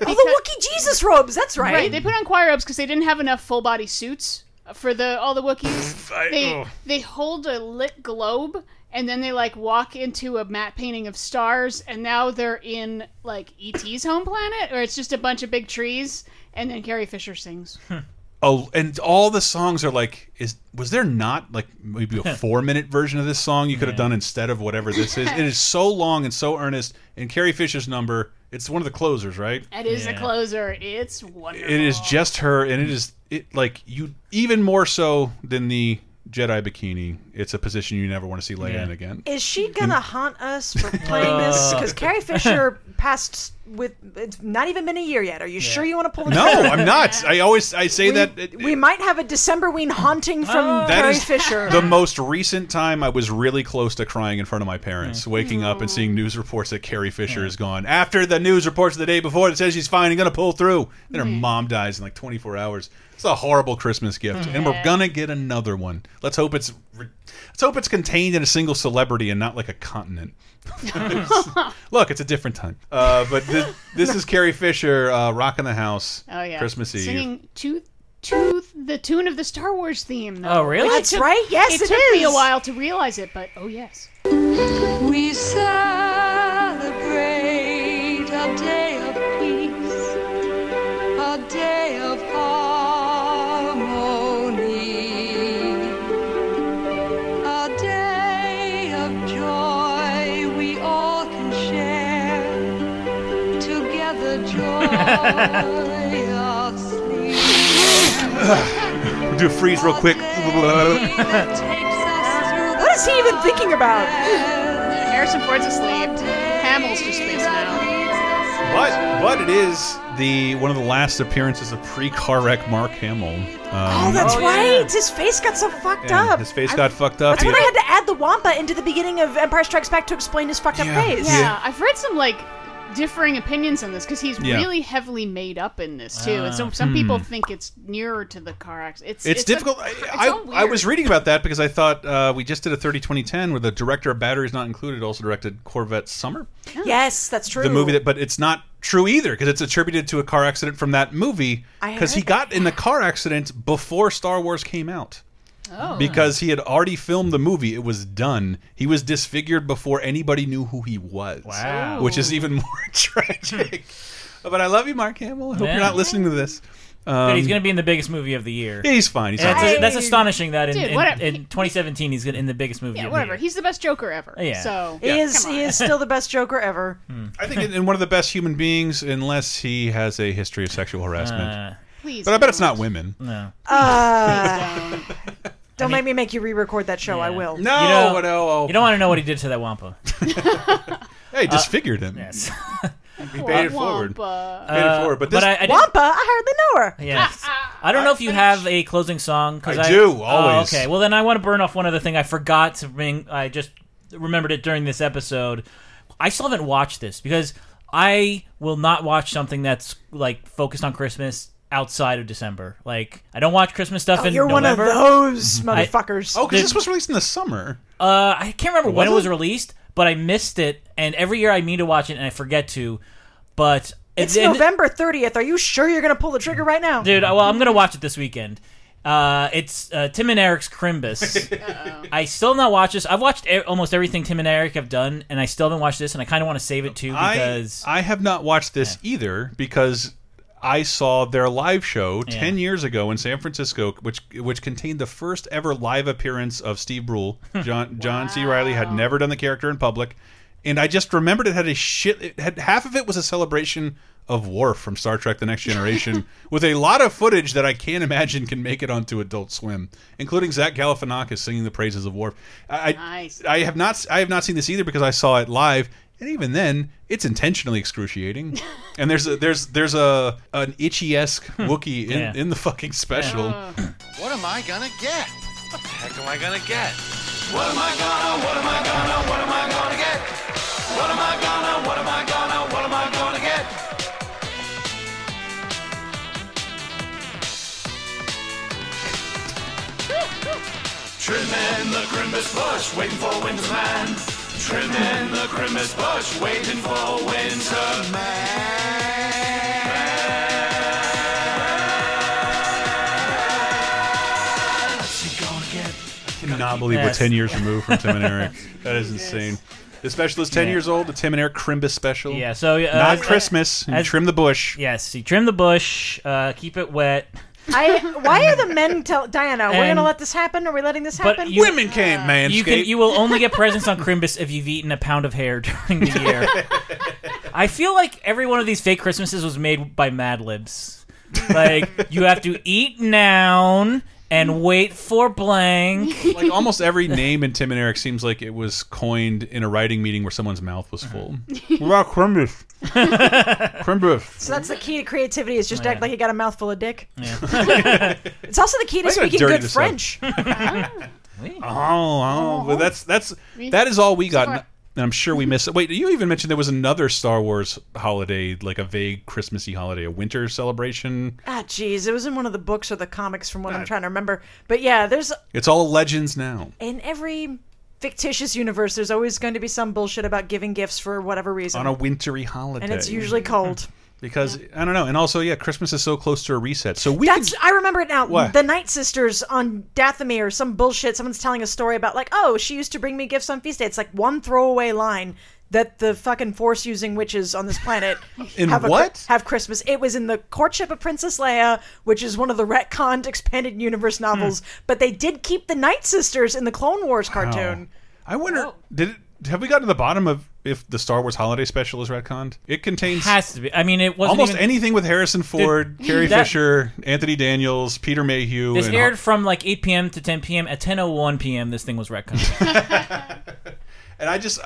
B: the Wookiee Jesus robes. That's right.
E: Right. They put on choir robes because they didn't have enough full body suits for the all the Wookiees.
F: I-
E: they
F: oh.
E: they hold a lit globe and then they like walk into a matte painting of stars and now they're in like ET's home planet or it's just a bunch of big trees and then Carrie Fisher sings.
A: Oh, and all the songs are like is was there not like maybe a four minute version of this song you could have done instead of whatever this is? It is so long and so earnest. And Carrie Fisher's number, it's one of the closers, right?
E: That is a closer. It's wonderful.
A: It is just her, and it is it like you even more so than the Jedi bikini. It's a position you never want to see Leia in again.
B: Is she gonna haunt us for playing this? Because Carrie Fisher passed with it's not even been a year yet. Are you sure you want to pull? the
A: No,
B: trigger?
A: I'm not. I always I say that it-
B: We might have a December ween haunting from
A: That
B: Carrie
A: is
B: Fisher.
A: the most recent time I was really close to crying in front of my parents,
E: Mm.
A: waking up and seeing news reports that Carrie Fisher is gone. After the news reports of the day before that says she's fine and gonna pull through, then her
E: Mm.
A: mom dies in like 24 hours. It's a horrible Christmas gift, and we're
E: Mm.
L: Yeah.
A: gonna get another one. Let's hope it's re- let's hope it's contained in a single celebrity and not like a continent. Look, it's a different time. Uh, but this, this is Carrie Fisher uh, rocking the house.
E: Oh yeah,
A: Christmas Eve.
E: singing to to the tune of the Star Wars theme. Though.
A: Oh, really?
E: Which
A: That's right.
B: Yes,
E: it,
B: it
E: took me a
B: is.
E: while to realize it, but oh yes.
F: We celebrate a day of peace, a day of harmony, a day of joy we all can share. Together, joy of
A: Do a freeze real quick.
B: What is he even thinking about?
E: Harrison Ford's asleep. Hamill's just spacing out.
A: But but it is the one of the last appearances of pre-car wreck Mark Hamill. Um,
E: Oh,
B: Oh, that's Oh, right. His face got so fucked
A: and
B: up.
A: His face got fucked up.
B: That's what I had to to add the Wampa into the beginning of Empire Strikes Back to explain his fucked up face.
E: Yeah, I've read some like differing opinions on this because he's
A: Yeah.
E: really heavily made up in this too, and so
A: Ah.
E: some people
A: Hmm.
E: think it's nearer to the car accident. It's,
A: It's, difficult.
E: A,
A: I
E: it's all
A: I, I
E: weird.
A: was reading about that because I thought uh, we just did a 30 2010 where the director of Batteries Not Included also directed Corvette Summer,
B: Yes, that's true.
A: the movie that, but it's not true either because it's attributed to a car accident from that movie
B: I
A: because he
B: heard
A: got in a car accident before Star Wars came out.
E: Oh.
A: Because he had already filmed the movie, it was done. He was disfigured before anybody knew who he was.
F: Wow.
A: Which is even more tragic. But I love you, Mark Hamill. I hope
D: Yeah.
A: you're not listening to this. Um,
D: But he's going to be in the biggest movie of the year.
A: Yeah, he's fine, he's
D: And
A: fine.
D: That's, that's
A: Hey.
D: astonishing that in,
E: Dude,
D: in-
E: whatever.
D: in 2017 he's gonna, in the biggest movie
E: yeah,
D: of
E: whatever.
D: the year.
E: He's the best Joker ever.
D: Yeah.
E: So
B: He is, he is still the best Joker ever.
A: I think and- and one of the best human beings, unless he has a history of sexual harassment.
B: Please
A: but I bet it's not women.
D: Uh, No.
B: Uh, don't make me make you re-record that show. I will.
D: you know,
B: oh.
D: you don't want to know what he did to that Wampa.
A: Hey,
B: Uh,
A: disfigured him.
D: Yes.
A: He paid it forward. Paid it
D: Uh,
A: forward. But this,
D: I, I did-
B: Wampa, I hardly know her.
D: Yes. I don't know if you have a closing song. 'cause
A: I do,
D: oh,
A: always.
D: okay. Well, then I want to burn off one other thing I forgot to bring. I just remembered it during this episode. I still haven't watched this because I will not watch something that's like focused on Christmas outside of December. Like I don't watch Christmas stuff
B: Oh,
D: in
B: you're one of
D: November.
B: those
D: I-
B: motherfuckers.
A: oh, because this was released in the summer.
D: uh, I can't remember when
A: Was
D: it was
A: it?
D: released, but I missed it, and every year I mean to watch it and I forget to. But
B: It's
D: and-
B: November 30th. Are you sure you're going to pull the trigger right now?
D: dude. Well, I'm gonna watch it this weekend. Uh, it's uh, Tim and Eric's Crimbus. I still have not watched this. I've watched e- almost everything Tim and Eric have done, and I still haven't watched this. And I kind of want to save it too because
A: I, I have not watched this either because I saw their live show
D: Yeah.
A: 10 years ago in San Francisco, which which contained the first ever live appearance of Steve Brule. John, John C. Riley had never done the character in public. And I just remembered it had a shit. It had, half of it was a celebration of Worf from Star Trek The Next Generation with a lot of footage that I can't imagine can make it onto Adult Swim, including Zach Galifianakis singing the praises of Worf. I, I-
E: Nice.
A: I have not I have not seen this either because I saw it live, and even then, it's intentionally excruciating. and there's a, there's there's a an itchy esque
D: Hmm.
A: Wookie in,
F: Yeah.
A: in the fucking special.
F: What am I gonna get? What the heck am I gonna get? What am I gonna, what am I gonna, what am I gonna get? What am I gonna, what am I gonna, what am I gonna get? Trimming the grimace bush, waiting for winter's man. Trimming the grimace bush, waiting for winter
A: cannot believe
F: Yes.
A: we're ten years removed from Tim and Eric. That is insane. The special is ten
D: Yeah.
A: years old. The Tim and Eric Crimbus special.
D: Yeah, so uh,
A: not
D: as-
A: Christmas. You
D: as-
A: trim the bush.
D: Yes, you trim the bush. Uh, keep it wet.
B: I, why are the men tell Diana? Are we going
D: And-
B: to let this happen? Are we letting this
D: But
B: happen?
D: you-
A: can't manscape.
D: You can. You will only get presents on Crimbus if you've eaten a pound of hair during the year. I feel like every one of these fake Christmases was made by Mad Libs. Like you have to eat noun and wait for blank.
A: Like almost every name in Tim and Eric seems like it was coined in a writing meeting where someone's mouth was full. what about Crimbus? Crimbus.
B: So that's the key to creativity is just
A: Oh,
B: act
A: Yeah.
B: like you got a mouthful of dick. it's also the key to
A: I gotta
B: speaking
A: dirty
B: good
A: this up.
B: French.
A: Oh, oh, but that's that's that is all we got. And I'm sure we missed it. Wait, you even mentioned there was another Star Wars holiday, like a vague Christmassy holiday, a winter celebration.
B: ah, jeez. It was in one of the books or the comics from what I'm trying to remember. But yeah, there's
A: It's all legends now.
B: in every fictitious universe, there's always going to be some bullshit about giving gifts for whatever reason.
A: On a wintry holiday.
B: and it's usually
A: Mm-hmm.
B: cold.
A: Because, I don't know. And also, yeah, Christmas is so close to a reset. So we
B: That's I remember it now.
A: What?
B: The Night Sisters on Dathomir or some bullshit. Someone's telling a story about like, oh, she used to bring me gifts on feast day. It's like one throwaway line that the fucking force using witches on this planet
A: In
B: have a-
A: what?
B: have Christmas. It was in the Courtship of Princess Leia, which is one of the retconned expanded
A: Hmm.
B: universe novels. But they did keep the Night Sisters in the Clone Wars
A: Wow.
B: cartoon.
A: I wonder, did it, have we gotten to the bottom of if the Star Wars holiday special is retconned? It contains.
D: Has to be. I mean, it wasn't
A: almost
D: even-
A: anything with Harrison Ford,
D: Dude,
A: Carrie
D: that-
A: Fisher, Anthony Daniels, Peter Mayhew.
D: This
A: and
D: aired from like 8 p.m. to 10 p.m. At 10:01 p.m., this thing was retconned.
A: And I just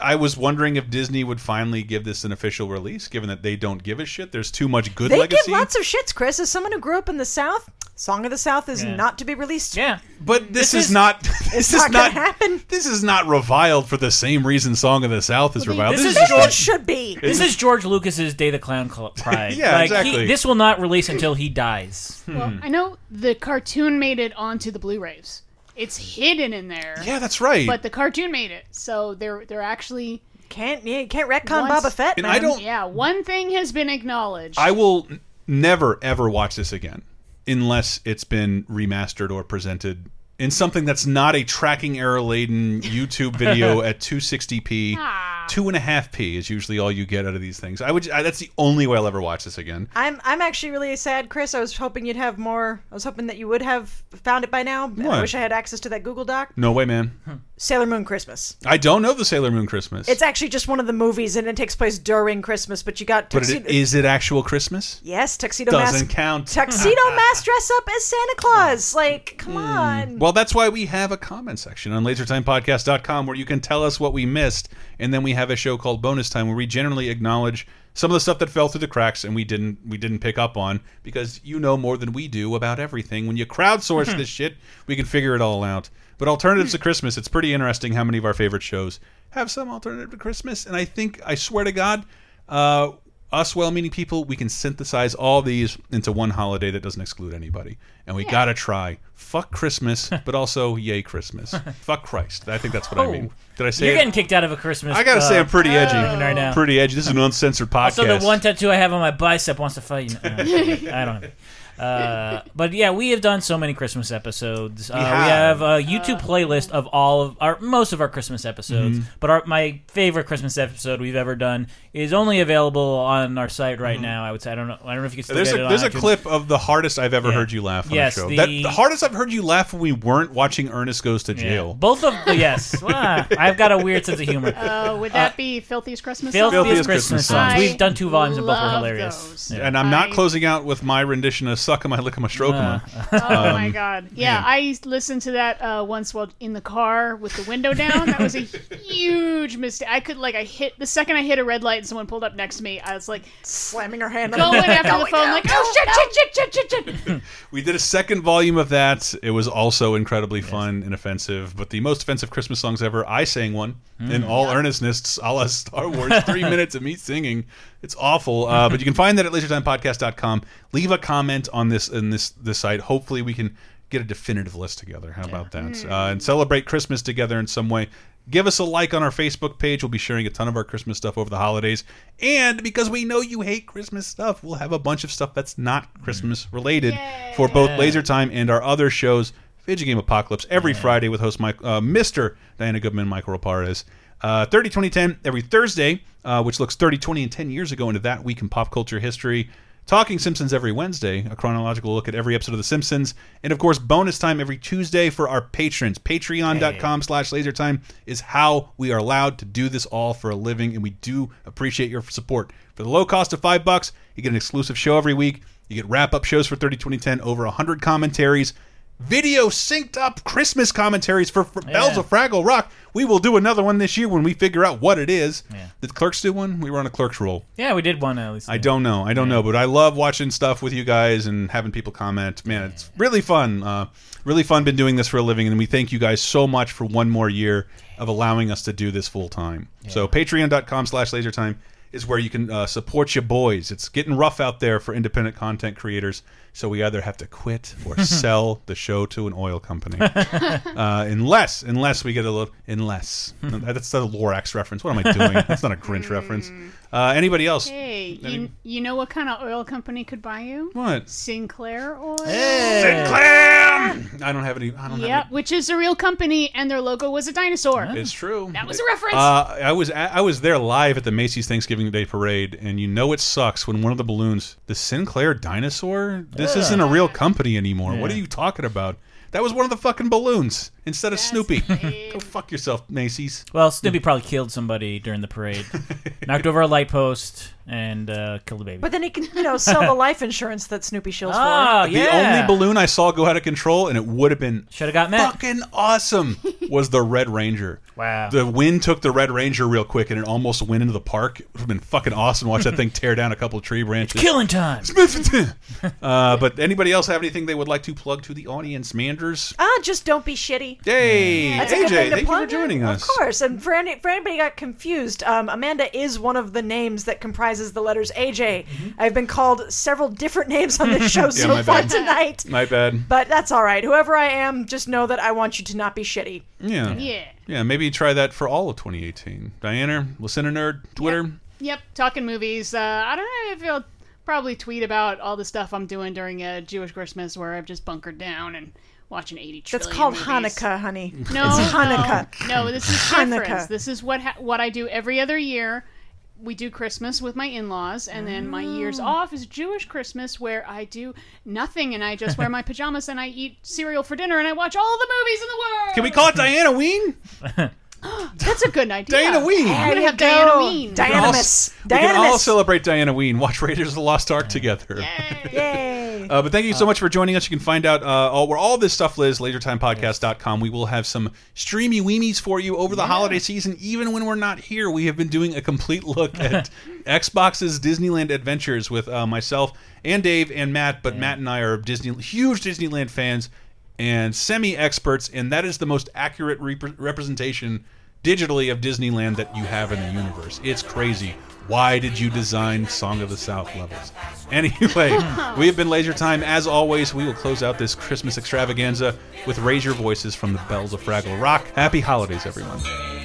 A: I was wondering if Disney would finally give this an official release, given that they don't give a shit. There's too much good
B: they
A: legacy.
B: give lots of shits, Chris. As someone who grew up in the South, Song of the South is
A: Yeah.
B: not to be released.
D: Yeah,
A: But this, is, not. This is
B: not
A: not.
B: gonna happen.
A: This is not reviled for the same reason "Song of the South" is reviled.
D: This is
A: just
D: George-
B: should be.
D: This is George Lucas's Day the Clown Cl- Pride.
A: Yeah,
D: Like, he-
A: exactly.
D: this will not release until he dies.
E: Well, I know the cartoon made it onto the Blu-rays. It's hidden in there.
A: Yeah, that's right.
E: But the cartoon made it, so they're they're actually
B: can't yeah, you can't retcon Boba Fett,
A: And I man. don't-
E: Yeah, one thing has been acknowledged.
A: I will n- never ever watch this again unless it's been remastered or presented in something that's not a tracking error laden YouTube video at 260p.
B: Ah.
A: Two and a half p is usually all you get out of these things. I would. I, that's the only way I'll ever watch this again.
B: I'm I'm actually really sad, Chris. I was hoping you'd have more. I was hoping that you would have found it by now. and I
A: What?
B: wish I had access to that Google Doc.
A: No way, man.
B: Sailor Moon Christmas.
A: I don't know the Sailor Moon Christmas.
B: Hmm. It's actually just one of the movies, and it takes place during Christmas. But you got
A: but
B: tuxedo.
A: it, is it actual Christmas?
B: yes, tuxedo
A: Doesn't
B: mask.
A: count.
B: Tuxedo mask dress up as Santa Claus. Like, come on.
A: Mm. Well, that's why we have a comment section on lasertimepodcast.com where you can tell us what we missed. And then we have a show called Bonus Time where we generally acknowledge some of the stuff that fell through the cracks and we didn't we didn't pick up on because you know more than we do about everything. When you
B: Mm-hmm.
A: crowdsource this shit, we can figure it all out. But
B: Hmm.
A: alternatives to Christmas, it's pretty interesting how many of our favorite shows have some alternative to Christmas. And I think I swear to God, uh us well-meaning people, we can synthesize all these into one holiday that doesn't exclude anybody, and we gotta try. Fuck Christmas, but also yay Christmas. Fuck Christ. I think that's what I
D: Oh.
A: mean. Did I say?
D: You're
A: it?
D: getting kicked out of a Christmas.
A: I gotta say
D: uh,
A: I'm pretty edgy.
D: even right now.
A: Pretty edgy. This is an uncensored podcast.
D: Also, the one tattoo I have on my bicep wants to fight. you. No, I don't have it. Uh, but yeah, we have done so many Christmas episodes. Uh, we, have.
L: have.
D: a YouTube playlist of all of our most of our Christmas episodes.
A: Mm-hmm.
L: Mhm.
D: But our, my favorite Christmas episode we've ever done is only available on our site right now. I would say I don't know. I don't know if you can still
A: Mm-hmm. There's
D: get
A: a
D: it.
A: there's
D: on
A: a
D: iTunes.
A: clip of the hardest I've ever
D: Yeah.
A: heard you laugh on
D: Yes,
A: a show.
D: the-
A: That, the hardest I've heard you laugh when we weren't watching Ernest Goes to
D: Yeah.
A: Jail.
D: Both of yes, Ah, I've got a weird sense of humor.
E: Uh, would that be Filthiest Christmas?
D: Filthiest,
E: Song?
A: Filthiest Christmas
D: Christmas
A: songs.
D: songs.
A: I
D: We've done two volumes and both were
E: love
D: hilarious. Yeah.
A: And I'm not closing out with my rendition of "Suck 'Em, I Lick 'Em, I Stroke 'Em."
D: Uh.
E: Oh my
A: Um,
E: god! Yeah, I listened to that uh, once while in the car with the window down. That was a huge mistake. I could like I hit the second I hit a red light and someone pulled up next to me. I was like
B: slamming her hand,
E: going after the
B: Going
E: phone,
B: down.
E: like oh shit, shit, shit, shit, shit, shit.
A: We did a second volume of that. It was also incredibly fun and offensive, but the most offensive Christmas songs ever. I sang one in
L: Mm.
D: Hmm.
A: all earnestness, a la Star Wars. Three minutes of me singing. It's awful. Uh, but you can find that at lasertimepodcast.com. Leave a comment on this in this this site. Hopefully, we can get a definitive list together. How about that? Uh, and celebrate Christmas together in some way. Give us a like on our Facebook page. We'll be sharing a ton of our Christmas stuff over the holidays. And because we know you hate Christmas stuff, we'll have a bunch of stuff that's not Christmas related for both
L: Yeah.
A: Laser Time and our other shows. Video Game Apocalypse every Friday with host Mike, uh, Mr. Diana Goodman, Michael Raparez. Uh, 30 20 10 every Thursday, uh, which looks 30 20 and 10 years ago into that week in pop culture history. Talking Simpsons every Wednesday, a chronological look at every episode of The Simpsons, and of course, bonus time every Tuesday for our patrons. Patreon.com slash lasertime is how we are allowed to do this all for a living, and we do appreciate your support. For the low cost of five bucks, you get an exclusive show every week. You get wrap up shows for 30 20 10, over 100 commentaries, video synced up Christmas commentaries for, for Bells of Fraggle Rock. We will do another one this year when we figure out what it is. Did Clerks do one? We were on a Clerks roll.
D: Yeah, we did one at least.
A: I don't know. I don't know, but I love watching stuff with you guys and having people comment. Man, it's really fun. Uh, really fun. Been doing this for a living, and we thank you guys so much for one more year of allowing us to do this full time. So Patreon.com/slash LaserTime is where you can uh, support your boys. It's getting rough out there for independent content creators, so we either have to quit or sell the show to an oil company. uh, unless, unless we get a little, unless that's the Lorax reference. What am I doing? That's not a Grinch reference. Uh, anybody else?
E: Hey,
A: Any-
E: you, you know what kind of oil company could buy you?
A: What?
E: Sinclair Oil.
A: Sinclair! I don't have any. I don't have
E: Yep, which is a real company, and their logo was a dinosaur.
A: any. It's true.
E: That was a reference.
A: Uh, I was at, I was there live at the Macy's Thanksgiving Day Parade, and you know it sucks when one of the balloons, the Sinclair dinosaur. This
L: Ugh.
A: isn't a real company anymore. What are
L: Yeah.
A: you talking about? That was one of the fucking balloons instead of Snoopy. Go fuck yourself, Macy's.
D: Well, Snoopy probably killed somebody during the parade. Knocked over a light post. and uh, kill the baby.
B: But then he can, you know, sell the life insurance that Snoopy shills
D: Ah,
B: for.
A: the only balloon I saw go out of control, and it would have been should have got fucking awesome, was the Red Ranger.
D: Wow.
A: The wind took the Red Ranger real quick, and it almost went into the park. It would have been fucking awesome to watch that thing tear down a couple of tree branches.
D: Killing time.
A: Uh, but anybody else have anything they would like to plug to the audience, Manders?
B: Ah, just don't be shitty.
A: Hey,
B: That's a
A: AJ,
B: good thing to
A: thank you for
B: plug in.
A: joining us.
B: Of course, and for, any, for anybody who got confused, um, Amanda is one of the names that comprises the letters AJ. I've been called several different names on this show
A: Mm-hmm. Yeah,
B: so
A: my
B: far
A: bad.
B: tonight,
A: My bad.
B: but that's all right. Whoever I am, just know that I want you to not be shitty.
A: Yeah.
E: Yeah.
A: Yeah, maybe try that for all of 2018. Diana, listen to nerd, Twitter.
E: Yep, talking movies. Uh, I don't know if I'll probably tweet about all the stuff I'm doing during a Jewish Christmas where I've just bunkered down and watching 80 trillion
B: That's called
E: movies.
B: Hanukkah, honey.
E: No,
B: it's Hanukkah.
E: No, no, this is
B: Hanukkah.
E: different. This is what ha- what I do every other year. We do Christmas with my in-laws, and then my years
B: Mm.
E: off is Jewish Christmas, where I do nothing and I just wear my pajamas and I eat cereal for dinner and I watch all the movies in the world.
A: Can we call it Diana Ween?
E: That's a good idea.
A: Diana Ween.
E: I'm
A: There
E: gonna
A: you
E: have
B: go.
E: Diana Ween.
A: We can all- We can all celebrate Diana Ween. Watch Raiders of the Lost Ark together.
B: Yay.
A: Uh, but thank you so much for joining us. You can find out uh, all, where all this stuff lives, lasertimepodcast.com. We will have some streamy weemies for you over the holiday season, even when we're not here. We have been doing a complete look at Xbox's Disneyland Adventures with uh, myself and Dave and Matt. But Matt and I are Disney huge Disneyland fans and semi experts, and that is the most accurate rep representation digitally of Disneyland that you have in the universe. It's crazy. Why did you design Song of the South levels? Anyway, we have been Laser Time. As always, we will close out this Christmas extravaganza with Raise Your Voices from the Bells of Fraggle Rock. Happy holidays, everyone.